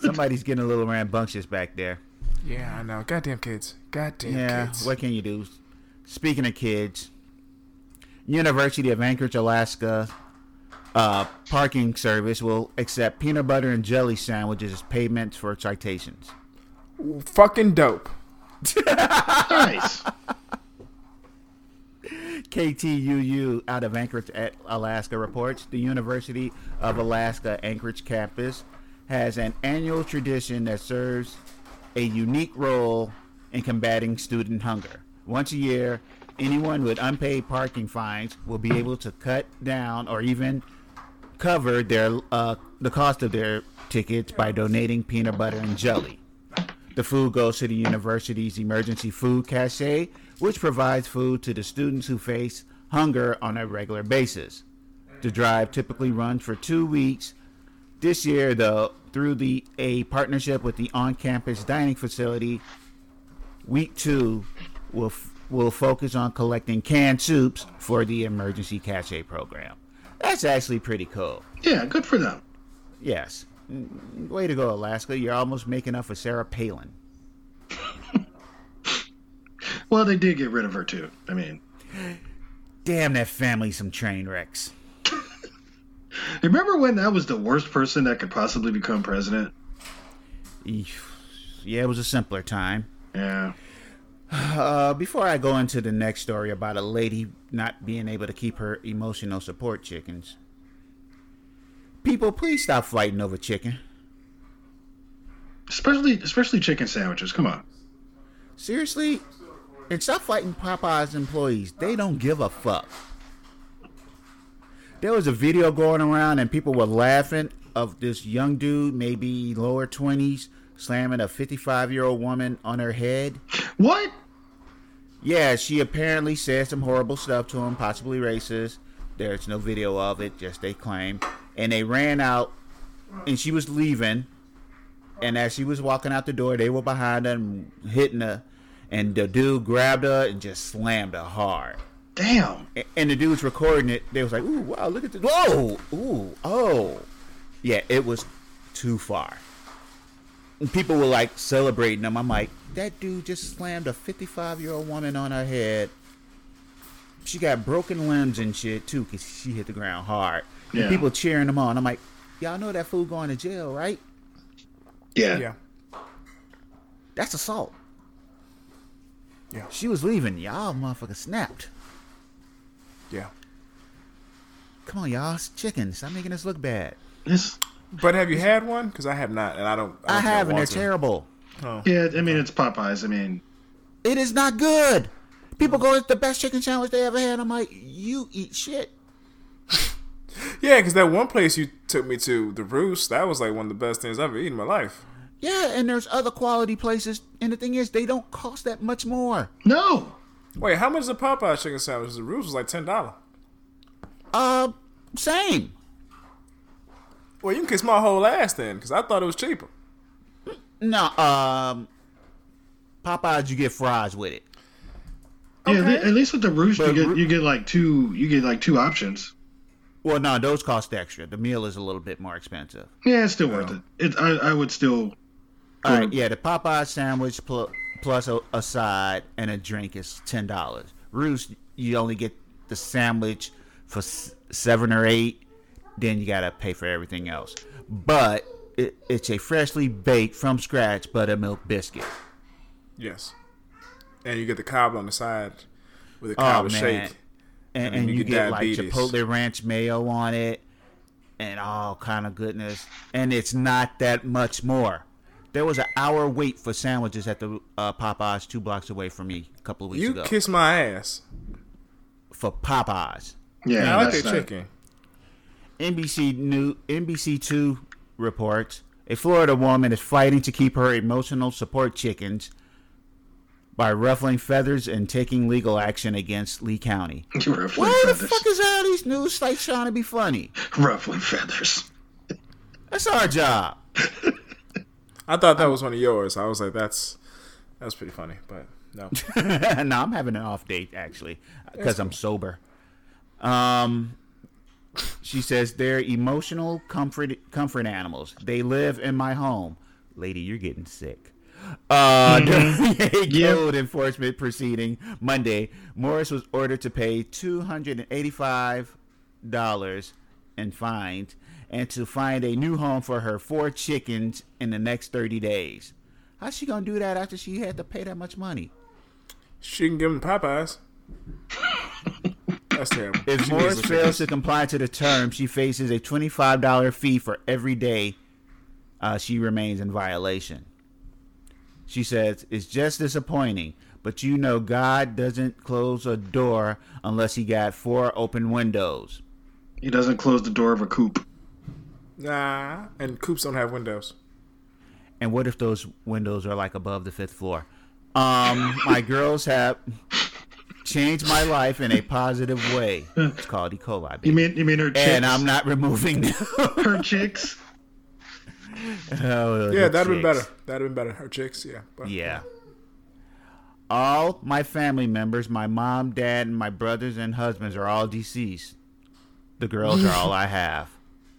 Speaker 1: Somebody's getting a little rambunctious back there.
Speaker 2: Yeah, I know. Goddamn kids. Goddamn
Speaker 1: Yeah,
Speaker 2: kids.
Speaker 1: what can you do? Speaking of kids, University of Anchorage, Alaska uh, parking service will accept peanut butter and jelly sandwiches as payments for citations.
Speaker 2: Fucking dope.
Speaker 3: Nice.
Speaker 1: KTUU out of Anchorage, at Alaska reports the University of Alaska Anchorage campus has an annual tradition that serves a unique role in combating student hunger. Once a year, anyone with unpaid parking fines will be able to cut down or even cover their uh, the cost of their tickets by donating peanut butter and jelly. The food goes to the university's emergency food cache, which provides food to the students who face hunger on a regular basis. The drive typically runs for two weeks. This year, though, through the a partnership with the on-campus dining facility, week two will f- will focus on collecting canned soups for the emergency cache program. That's actually pretty cool.
Speaker 3: Yeah, good for them.
Speaker 1: Yes, Mm, way to go, Alaska! You're almost making up for Sarah Palin.
Speaker 3: Well, they did get rid of her too. I mean,
Speaker 1: Damn that family, some train wrecks.
Speaker 3: remember when that was the worst person that could possibly become president?
Speaker 1: Eef. Yeah, it was a simpler time.
Speaker 3: Yeah.
Speaker 1: Uh, before I go into the next story about a lady not being able to keep her emotional support chickens, people, please stop fighting over chicken.
Speaker 3: Especially especially chicken sandwiches. Come on.
Speaker 1: Seriously? And stop fighting Popeye's employees. They don't give a fuck. There was a video going around and people were laughing of this young dude, maybe lower 20s, slamming a 55 year old woman on her head.
Speaker 3: What?
Speaker 1: Yeah, she apparently said some horrible stuff to him, possibly racist. There's no video of it, just they claim. And they ran out, and she was leaving. And as she was walking out the door, they were behind her and hitting her. And the dude grabbed her and just slammed her hard.
Speaker 3: Damn.
Speaker 1: A- And the dude's recording it. They was like, "Ooh, wow, look at this! Whoa, ooh, oh, yeah." It was too far. And people were like celebrating him. I'm like, that dude just slammed a 55 year old woman on her head. She got broken limbs and shit too, cause she hit the ground hard. And
Speaker 3: Yeah.
Speaker 1: people cheering him on. I'm like, y'all know that fool going to jail, right?
Speaker 3: Yeah.
Speaker 2: Yeah.
Speaker 1: That's assault.
Speaker 2: Yeah.
Speaker 1: She was leaving. Y'all motherfucker snapped.
Speaker 2: Yeah.
Speaker 1: Come on, y'all, it's chicken. Stop making us look bad.
Speaker 3: This
Speaker 2: But have you had one? Because I have not, and I don't. I, don't
Speaker 1: I
Speaker 2: think
Speaker 1: have, and they're
Speaker 2: want to.
Speaker 1: terrible.
Speaker 3: yeah, I mean it's Popeyes. I mean
Speaker 1: It is not good. People go, it's the best chicken sandwich they ever had. I'm like, you eat shit.
Speaker 2: Yeah, because that one place you took me to, the Roost, that was like one of the best things I've ever eaten in my life.
Speaker 1: Yeah, and there's other quality places. And the thing is, they don't cost that much more.
Speaker 3: No.
Speaker 2: Wait, how much is a Popeye chicken sandwich? The Roost was like ten dollar.
Speaker 1: Uh, same.
Speaker 2: Well, you can kiss my whole ass then, because I thought it was cheaper.
Speaker 1: No, um, Popeyes, you get fries with it.
Speaker 3: Yeah,
Speaker 2: Okay.
Speaker 3: at le- at least with the roost you
Speaker 1: But
Speaker 3: get
Speaker 1: Roo-
Speaker 3: you get like two you get like two options.
Speaker 1: Well, no, those cost extra. The meal is a little bit more expensive.
Speaker 3: Yeah, it's still worth it. It I, I would still
Speaker 1: All right, yeah, the Popeye sandwich pl- plus a, a side and a drink is ten dollars. Roost, you only get the sandwich for s- seven or eight. Then you gotta pay for everything else. But it, it's a freshly baked from scratch buttermilk biscuit.
Speaker 2: Yes. And you get the cobbler on the side with a
Speaker 1: Oh
Speaker 2: cobbler
Speaker 1: man,
Speaker 2: shake.
Speaker 1: and, and you, get, like chipotle ranch mayo on it, and all kind of goodness. And it's not that much more. There was an hour wait for sandwiches at the uh, Popeyes two blocks away from me a couple of weeks
Speaker 2: You
Speaker 1: ago.
Speaker 2: kiss my ass.
Speaker 1: for Popeyes.
Speaker 3: Yeah,
Speaker 2: I like
Speaker 3: that's
Speaker 2: that
Speaker 3: not-
Speaker 2: chicken.
Speaker 1: NBC New NBC Two reports a Florida woman is fighting to keep her emotional support chickens by ruffling feathers and taking legal action against Lee County.
Speaker 3: You ruffling
Speaker 1: Why the
Speaker 3: feathers.
Speaker 1: fuck is all these news sites trying to be funny?
Speaker 3: ruffling feathers.
Speaker 1: That's our job.
Speaker 2: I thought that was one of yours. I was like, that's that's pretty funny, but no.
Speaker 1: no, I'm having an off date actually because I'm sober. Um, she says they're emotional comfort comfort animals. They live in my home. Lady, you're getting sick. Uh, during a code enforcement proceeding Monday, Morris was ordered to pay two hundred and eighty-five dollars in fines and to find a new home for her four chickens in the next thirty days. How's she gonna do that after she had to pay that much money?
Speaker 2: She can give him Popeyes. That's terrible. She
Speaker 1: If
Speaker 2: needs
Speaker 1: Morris
Speaker 2: the
Speaker 1: fails
Speaker 2: chicken.
Speaker 1: to comply to the term, she faces a twenty-five dollar fee for every day uh, she remains in violation. She says it's just disappointing, but you know God doesn't close a door unless He got four open windows.
Speaker 3: He doesn't close the door of a coop.
Speaker 2: Nah, and coops don't have windows.
Speaker 1: And what if those windows are like above the fifth floor? Um, my girls have changed my life in a positive way. It's called E. coli. Baby.
Speaker 3: You mean you mean her chicks?
Speaker 1: and I'm not removing them.
Speaker 3: her chicks.
Speaker 1: Oh,
Speaker 2: Yeah,
Speaker 1: the
Speaker 2: that'd
Speaker 1: chicks.
Speaker 2: been better. That'd been better. Her chicks, yeah. But-
Speaker 1: Yeah. All my family members, my mom, dad, and my brothers and husbands are all deceased. The girls are all I have.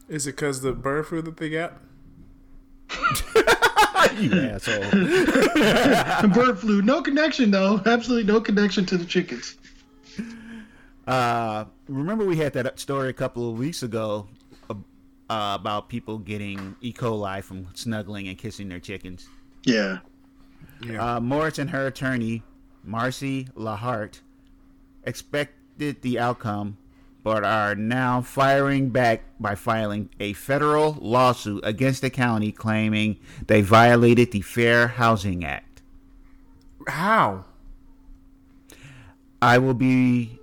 Speaker 2: Is it because the bird flu that they got?
Speaker 1: You asshole.
Speaker 3: And bird flu. No connection though. Absolutely no connection to the chickens.
Speaker 1: Uh, remember we had that story a couple of weeks ago uh, about people getting E. coli from snuggling and kissing their chickens.
Speaker 3: Yeah.
Speaker 2: Yeah.
Speaker 1: Uh, Morris and her attorney, Marcy Lahart, expected the outcome, but are now firing back by filing a federal lawsuit against the county claiming they violated the Fair Housing Act.
Speaker 2: How?
Speaker 1: I will be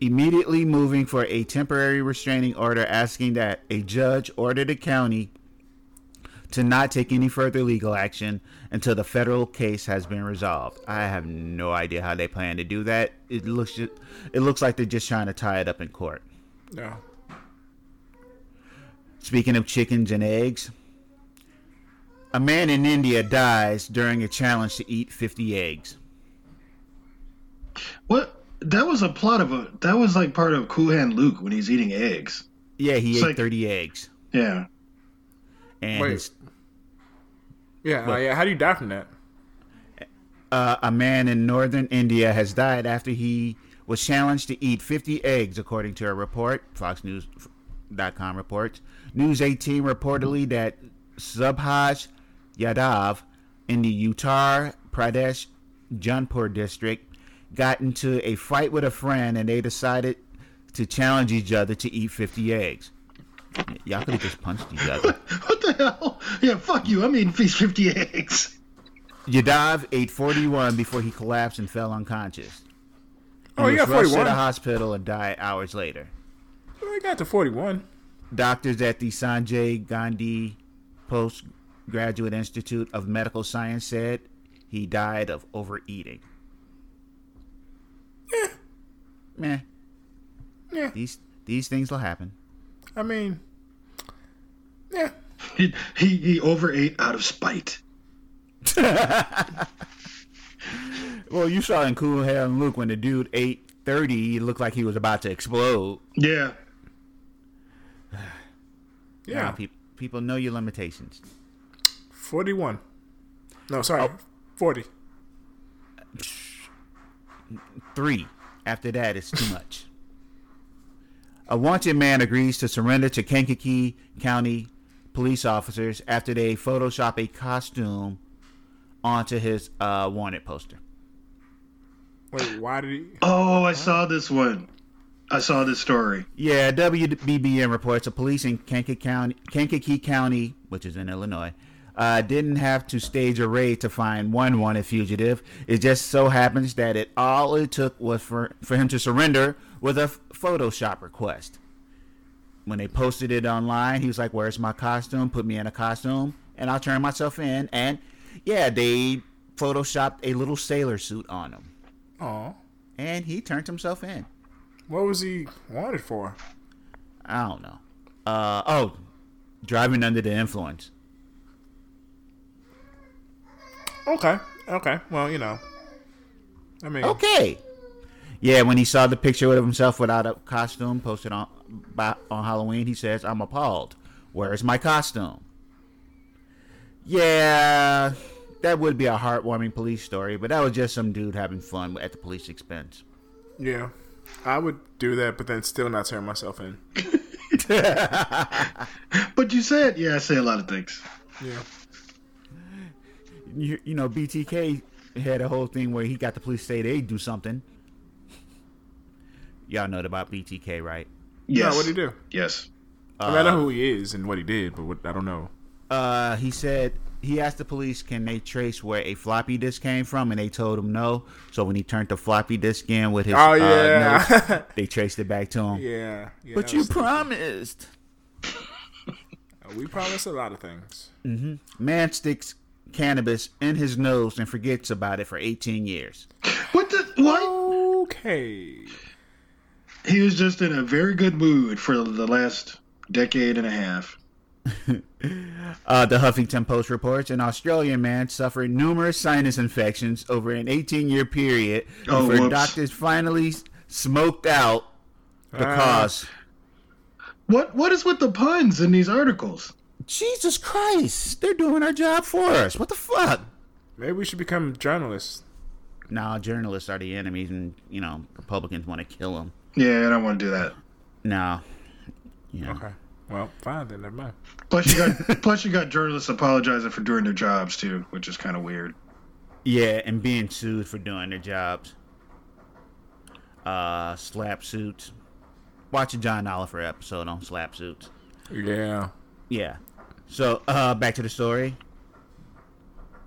Speaker 1: immediately moving for a temporary restraining order asking that a judge order the county to not take any further legal action until the federal case has been resolved. I have no idea how they plan to do that. It looks ju- it looks like they're just trying to tie it up in court.
Speaker 2: No.
Speaker 1: Speaking of chickens and eggs, a man in India dies during a challenge to eat 50 eggs.
Speaker 3: What? That was a plot of a. That was like part of Cool Hand Luke when he's eating eggs.
Speaker 1: Yeah, he
Speaker 3: It's
Speaker 1: ate
Speaker 3: like-
Speaker 1: 30 eggs.
Speaker 3: Yeah.
Speaker 1: And
Speaker 2: Wait.
Speaker 1: his
Speaker 2: Yeah, uh, yeah. How do you die from that?
Speaker 1: uh, a man in northern India has died after he was challenged to eat 50 eggs, according to a report. FoxNews.com reports. News 18 reportedly that Subhaj Yadav in the Uttar Pradesh Jaunpur district got into a fight with a friend and they decided to challenge each other to eat 50 eggs. Y- Y'all could have just punched each other.
Speaker 3: What the hell? Yeah. Fuck you. I'm eating these fifty eggs.
Speaker 1: Yadav ate 41 before he collapsed and fell unconscious.
Speaker 2: Oh,
Speaker 1: He
Speaker 2: you
Speaker 1: was
Speaker 2: got
Speaker 1: rushed uh-huh. to
Speaker 2: 41.
Speaker 1: the hospital and died hours later.
Speaker 2: Well, I got to 41.
Speaker 1: Doctors at the Sanjay Gandhi Postgraduate Institute of Medical Science said he died of overeating. Meh.
Speaker 2: Yeah.
Speaker 1: These these things will happen.
Speaker 2: I mean, yeah.
Speaker 3: He he, he overate out of spite.
Speaker 1: Well, you saw in Cool Head and Luke when the dude ate thirty, he looked like he was about to explode.
Speaker 3: Yeah.
Speaker 2: Yeah.
Speaker 1: Now, peop people know your limitations.
Speaker 2: 41. No, sorry.
Speaker 1: Oh.
Speaker 2: 40.
Speaker 1: three. After that, it's too much. A wanted man agrees to surrender to Kankakee County police officers after they Photoshop a costume onto his uh, wanted poster.
Speaker 2: Wait, why did he?
Speaker 3: Oh, I saw this one. I saw this story.
Speaker 1: Yeah, WBBM reports the police in Kankakee County, Kankakee County which is in Illinois, uh, didn't have to stage a raid to find one wanted fugitive. It just so happens that it all it took was for, for him to surrender with a Photoshop request. When they posted it online, he was like, Where's my costume? Put me in a costume, and I'll turn myself in. And yeah, they photoshopped a little sailor suit on him,
Speaker 2: Oh.
Speaker 1: and he turned himself in.
Speaker 2: What was he wanted for?
Speaker 1: I don't know. Uh, oh, driving under the influence.
Speaker 2: Okay. Okay. Well, you know. I mean,
Speaker 1: Okay. Yeah, when he saw the picture of himself without a costume posted on by, on Halloween, he says, "I'm appalled. Where is my costume?" Yeah, that would be a heartwarming police story, but that was just some dude having fun at the police expense.
Speaker 2: yeah. I would do that, but then still not turn myself in.
Speaker 3: But you said, yeah, I say a lot of things.
Speaker 2: Yeah.
Speaker 1: You, you know, BTK had a whole thing where he got the police say they do something. Y'all know about BTK, right?
Speaker 3: Yes.
Speaker 2: No, what did he do?
Speaker 3: Yes.
Speaker 2: I, mean, I know who he is and what he did, but what, I don't know.
Speaker 1: uh, he said he asked the police can they trace where a floppy disk came from and they told him no so when he turned the floppy disk in with his
Speaker 2: Oh,
Speaker 1: uh,
Speaker 2: yeah.
Speaker 1: nose, they traced it back to him
Speaker 2: yeah. yeah
Speaker 1: but
Speaker 2: that
Speaker 1: you
Speaker 2: was-
Speaker 1: promised
Speaker 2: we promise a lot of things.
Speaker 1: man sticks cannabis in his nose and forgets about it for 18 years
Speaker 3: What the? What?
Speaker 2: Okay. Hey.
Speaker 3: He was just in a very good mood for the last decade and a half.
Speaker 1: Uh, the Huffington Post reports an Australian man suffered numerous sinus infections over an 18 year period
Speaker 3: Oh,
Speaker 1: before
Speaker 3: whoops.
Speaker 1: doctors finally s- smoked out the
Speaker 2: Ah.
Speaker 1: cause.
Speaker 3: What what is with the puns in these articles?
Speaker 1: Jesus Christ, they're doing our job for us. What the fuck?
Speaker 2: Maybe we should become journalists.
Speaker 1: Nah, journalists are the enemies, and, you know, Republicans want to kill them.
Speaker 3: Yeah, I don't want to do that.
Speaker 1: No. Yeah.
Speaker 2: Okay. Uh, Well, fine then. Never mind.
Speaker 3: Plus you got plus you got journalists apologizing for doing their jobs too, which is kind of weird.
Speaker 1: Yeah, and being sued for doing their jobs. Uh, slap suits. Watch a John Oliver episode on slap suits.
Speaker 2: Yeah.
Speaker 1: Yeah. So, uh, back to the story.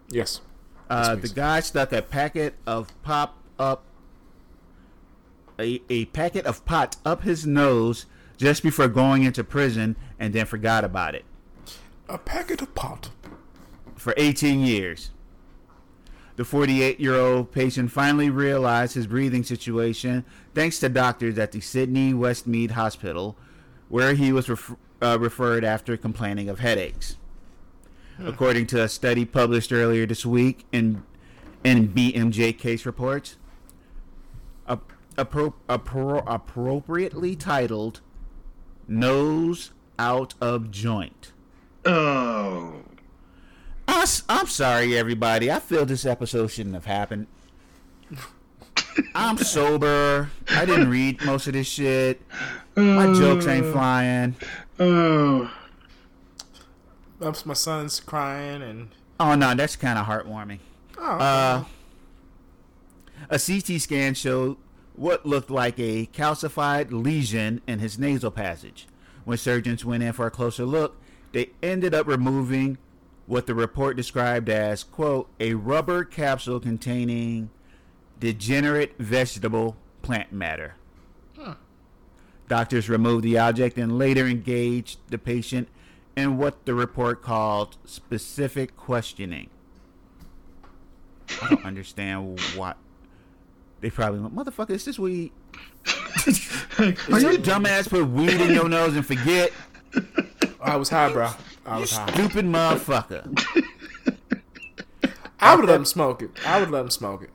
Speaker 2: Yes.
Speaker 1: Uh, the
Speaker 2: This makes-
Speaker 1: guy stuck a packet of pop up, a, a packet of pot up his nose just before going into prison, and then forgot about it
Speaker 2: A packet of pot.
Speaker 1: for 18 years. The 48 year old patient finally realized his breathing situation thanks to doctors at the Sydney Westmead Hospital, where he was ref- uh, referred after complaining of headaches. According to a study published earlier this week in, in BMJ Case Reports, a, appro- appro- appropriately titled Nose Out of Joint.
Speaker 3: Oh,
Speaker 1: I s- I'm sorry, everybody. I feel this episode shouldn't have happened. I'm sober. I didn't read most of this shit. My jokes ain't flying.
Speaker 3: oh,
Speaker 2: Ups, my son's crying and.
Speaker 1: Oh no, that's kind of heartwarming. Uh,
Speaker 2: Oh.
Speaker 1: A CT scan showed what looked like a calcified lesion in his nasal passage. When surgeons went in for a closer look, they ended up removing what the report described as, quote, a rubber capsule containing degenerate vegetable plant matter. Doctors removed the object and later engaged the patient in what the report called specific questioning. I don't understand what they probably went, motherfucker, is this weed? Did you dumbass put weed in your nose and forget?
Speaker 2: oh, I was high, bro. I
Speaker 1: You
Speaker 2: was high.
Speaker 1: stupid motherfucker.
Speaker 2: I would let him smoke it. I would let him smoke it.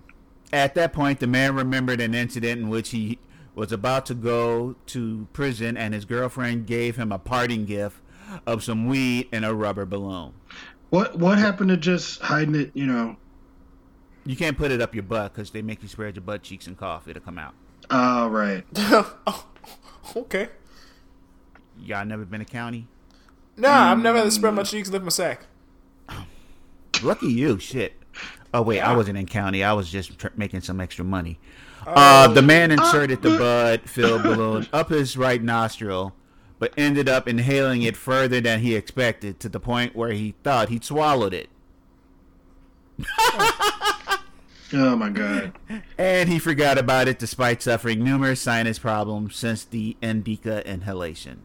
Speaker 1: At that point, the man remembered an incident in which he was about to go to prison and his girlfriend gave him a parting gift of some weed and a rubber balloon.
Speaker 3: what what happened to just hiding it? You know,
Speaker 1: You can't put it up your butt because they make you spread your butt cheeks and cough. It'll come out.
Speaker 3: all right.
Speaker 2: oh, okay.
Speaker 1: Y'all never been to county?
Speaker 2: Nah, I've never had to spread my cheeks, lift my sack.
Speaker 1: Lucky you, shit. Oh wait, I wasn't in county. I was just tr- making some extra money. Uh, the man inserted the bud-filled balloon up his right nostril, but ended up inhaling it further than he expected to the point where he thought he'd swallowed it,
Speaker 3: Oh my god.
Speaker 1: and he forgot about it despite suffering numerous sinus problems since the indica inhalation.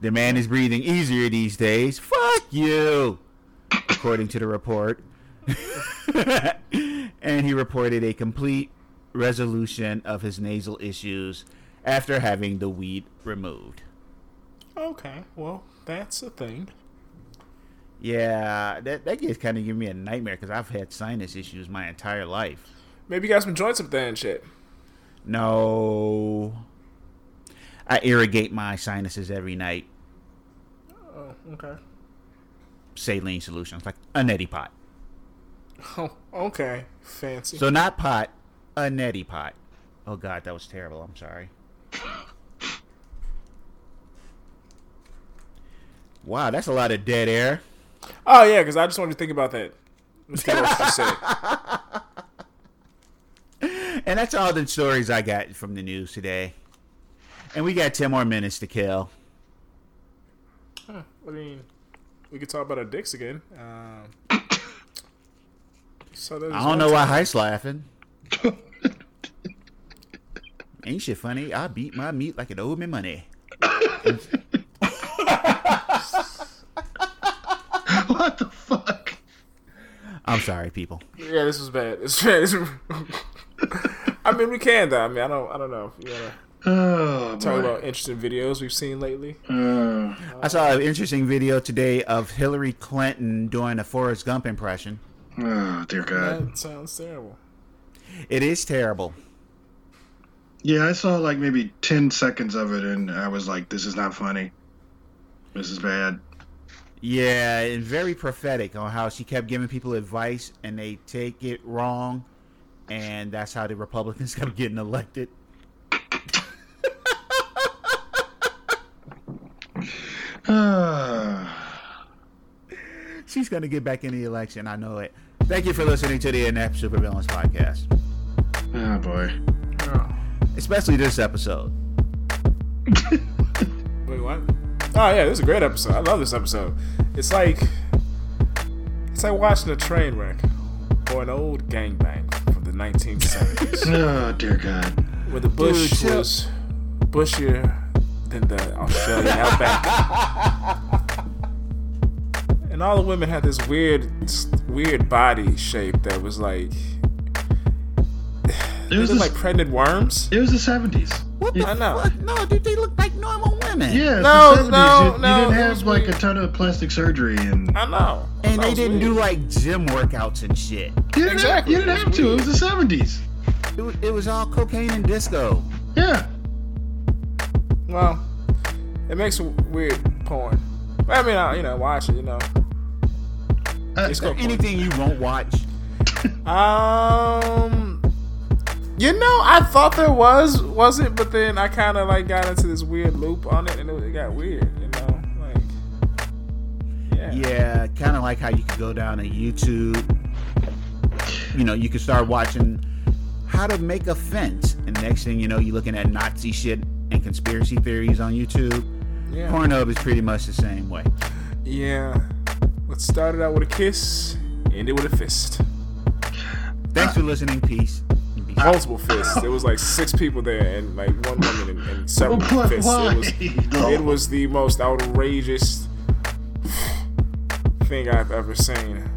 Speaker 1: The man is breathing easier these days. Fuck you, according to the report. and he reported a complete resolution of his nasal issues after having the weed removed.
Speaker 2: Okay, well, that's a thing.
Speaker 1: Yeah, that that gets kind of giving me a nightmare because I've had sinus issues my entire life.
Speaker 2: Maybe you got some joints up there and shit.
Speaker 1: No, I irrigate my sinuses every night.
Speaker 2: Oh, okay.
Speaker 1: Saline solutions like a neti pot.
Speaker 2: Oh, okay. Fancy.
Speaker 1: So not pot, a neti pot. Oh god, that was terrible. I'm sorry. Wow, that's a lot of dead air.
Speaker 2: oh, yeah, because I just wanted to think about that. Let's get what you said.
Speaker 1: And that's all the stories I got from the news today. And we got 10 more minutes to kill.
Speaker 2: I mean, we could talk about our dicks again. Um, so there's
Speaker 1: I don't know why Heist laughing. Ain't shit funny. I beat my meat like it owed me money.
Speaker 3: what the fuck?
Speaker 1: I'm sorry, people.
Speaker 2: Yeah, this was bad. It's bad. It's- I mean, we can though. I mean, I don't. I don't know. If you wanna
Speaker 3: Oh,
Speaker 2: talk
Speaker 3: boy.
Speaker 2: about interesting videos we've seen lately?
Speaker 3: Uh,
Speaker 1: I saw an interesting video today of Hillary Clinton doing a Forrest Gump impression.
Speaker 3: oh, dear God.
Speaker 2: That sounds terrible.
Speaker 1: It is terrible.
Speaker 3: Yeah, I saw like maybe 10 seconds of it and I was like, this is not funny. This is bad.
Speaker 1: Yeah, and very prophetic on how she kept giving people advice and they take it wrong, and that's how the Republicans kept getting elected.
Speaker 3: Ah.
Speaker 1: She's gonna get back in the election. I know it. Thank you for listening to the Inept Supervillains podcast,
Speaker 3: oh, boy.
Speaker 2: Oh.
Speaker 1: especially this episode.
Speaker 2: Wait, what? Oh yeah, this is a great episode. I love this episode. It's like it's like watching a train wreck or an old gangbang from the 1970s,
Speaker 3: Oh, dear God.
Speaker 2: where the bush
Speaker 1: Dude, so-
Speaker 2: was bushier than the Australian outback, and all the women had this weird, weird body shape that was like
Speaker 3: It was,
Speaker 2: looked
Speaker 3: the,
Speaker 2: like pregnant worms.
Speaker 3: it was the 70s.
Speaker 1: What the
Speaker 2: I know.
Speaker 1: fuck? No, dude, they look like normal women.
Speaker 3: Yeah, it's
Speaker 2: No,
Speaker 3: the 70s.
Speaker 2: no,
Speaker 3: you, you
Speaker 2: no,
Speaker 3: didn't
Speaker 2: it
Speaker 3: have
Speaker 2: was
Speaker 3: like
Speaker 2: weird.
Speaker 3: a ton of plastic surgery and.
Speaker 2: I know,
Speaker 1: and
Speaker 2: That
Speaker 1: they
Speaker 2: was
Speaker 1: didn't do
Speaker 2: weird.
Speaker 1: like gym workouts and shit.
Speaker 3: You didn't
Speaker 2: Exactly.
Speaker 3: Have, you didn't have to. It was the 70s.
Speaker 1: It, wa- it was all cocaine and disco.
Speaker 3: Yeah.
Speaker 2: Well, it makes weird porn. I mean, I, you know, watch it. You know,
Speaker 3: Uh,
Speaker 2: it's called porn.
Speaker 1: Anything you won't watch.
Speaker 2: Um, you know, I thought there was was it, but then I kind of like got into this weird loop on it, and it, it got weird. You know, like yeah,
Speaker 1: Yeah, kind of like how you could go down to YouTube. You know, you could start watching how to make a fence, and next thing you know, you're looking at Nazi shit and conspiracy theories on YouTube.
Speaker 2: yeah,
Speaker 1: Pornhub is pretty much the same way.
Speaker 2: yeah. What started out with a kiss ended with a fist.
Speaker 1: Thanks for listening. Peace. And be safe.
Speaker 2: Multiple fists. There was like six people there, and like one woman and, and several
Speaker 3: Why?
Speaker 2: fists. It was,
Speaker 3: No.
Speaker 2: It was the most outrageous thing I've ever seen.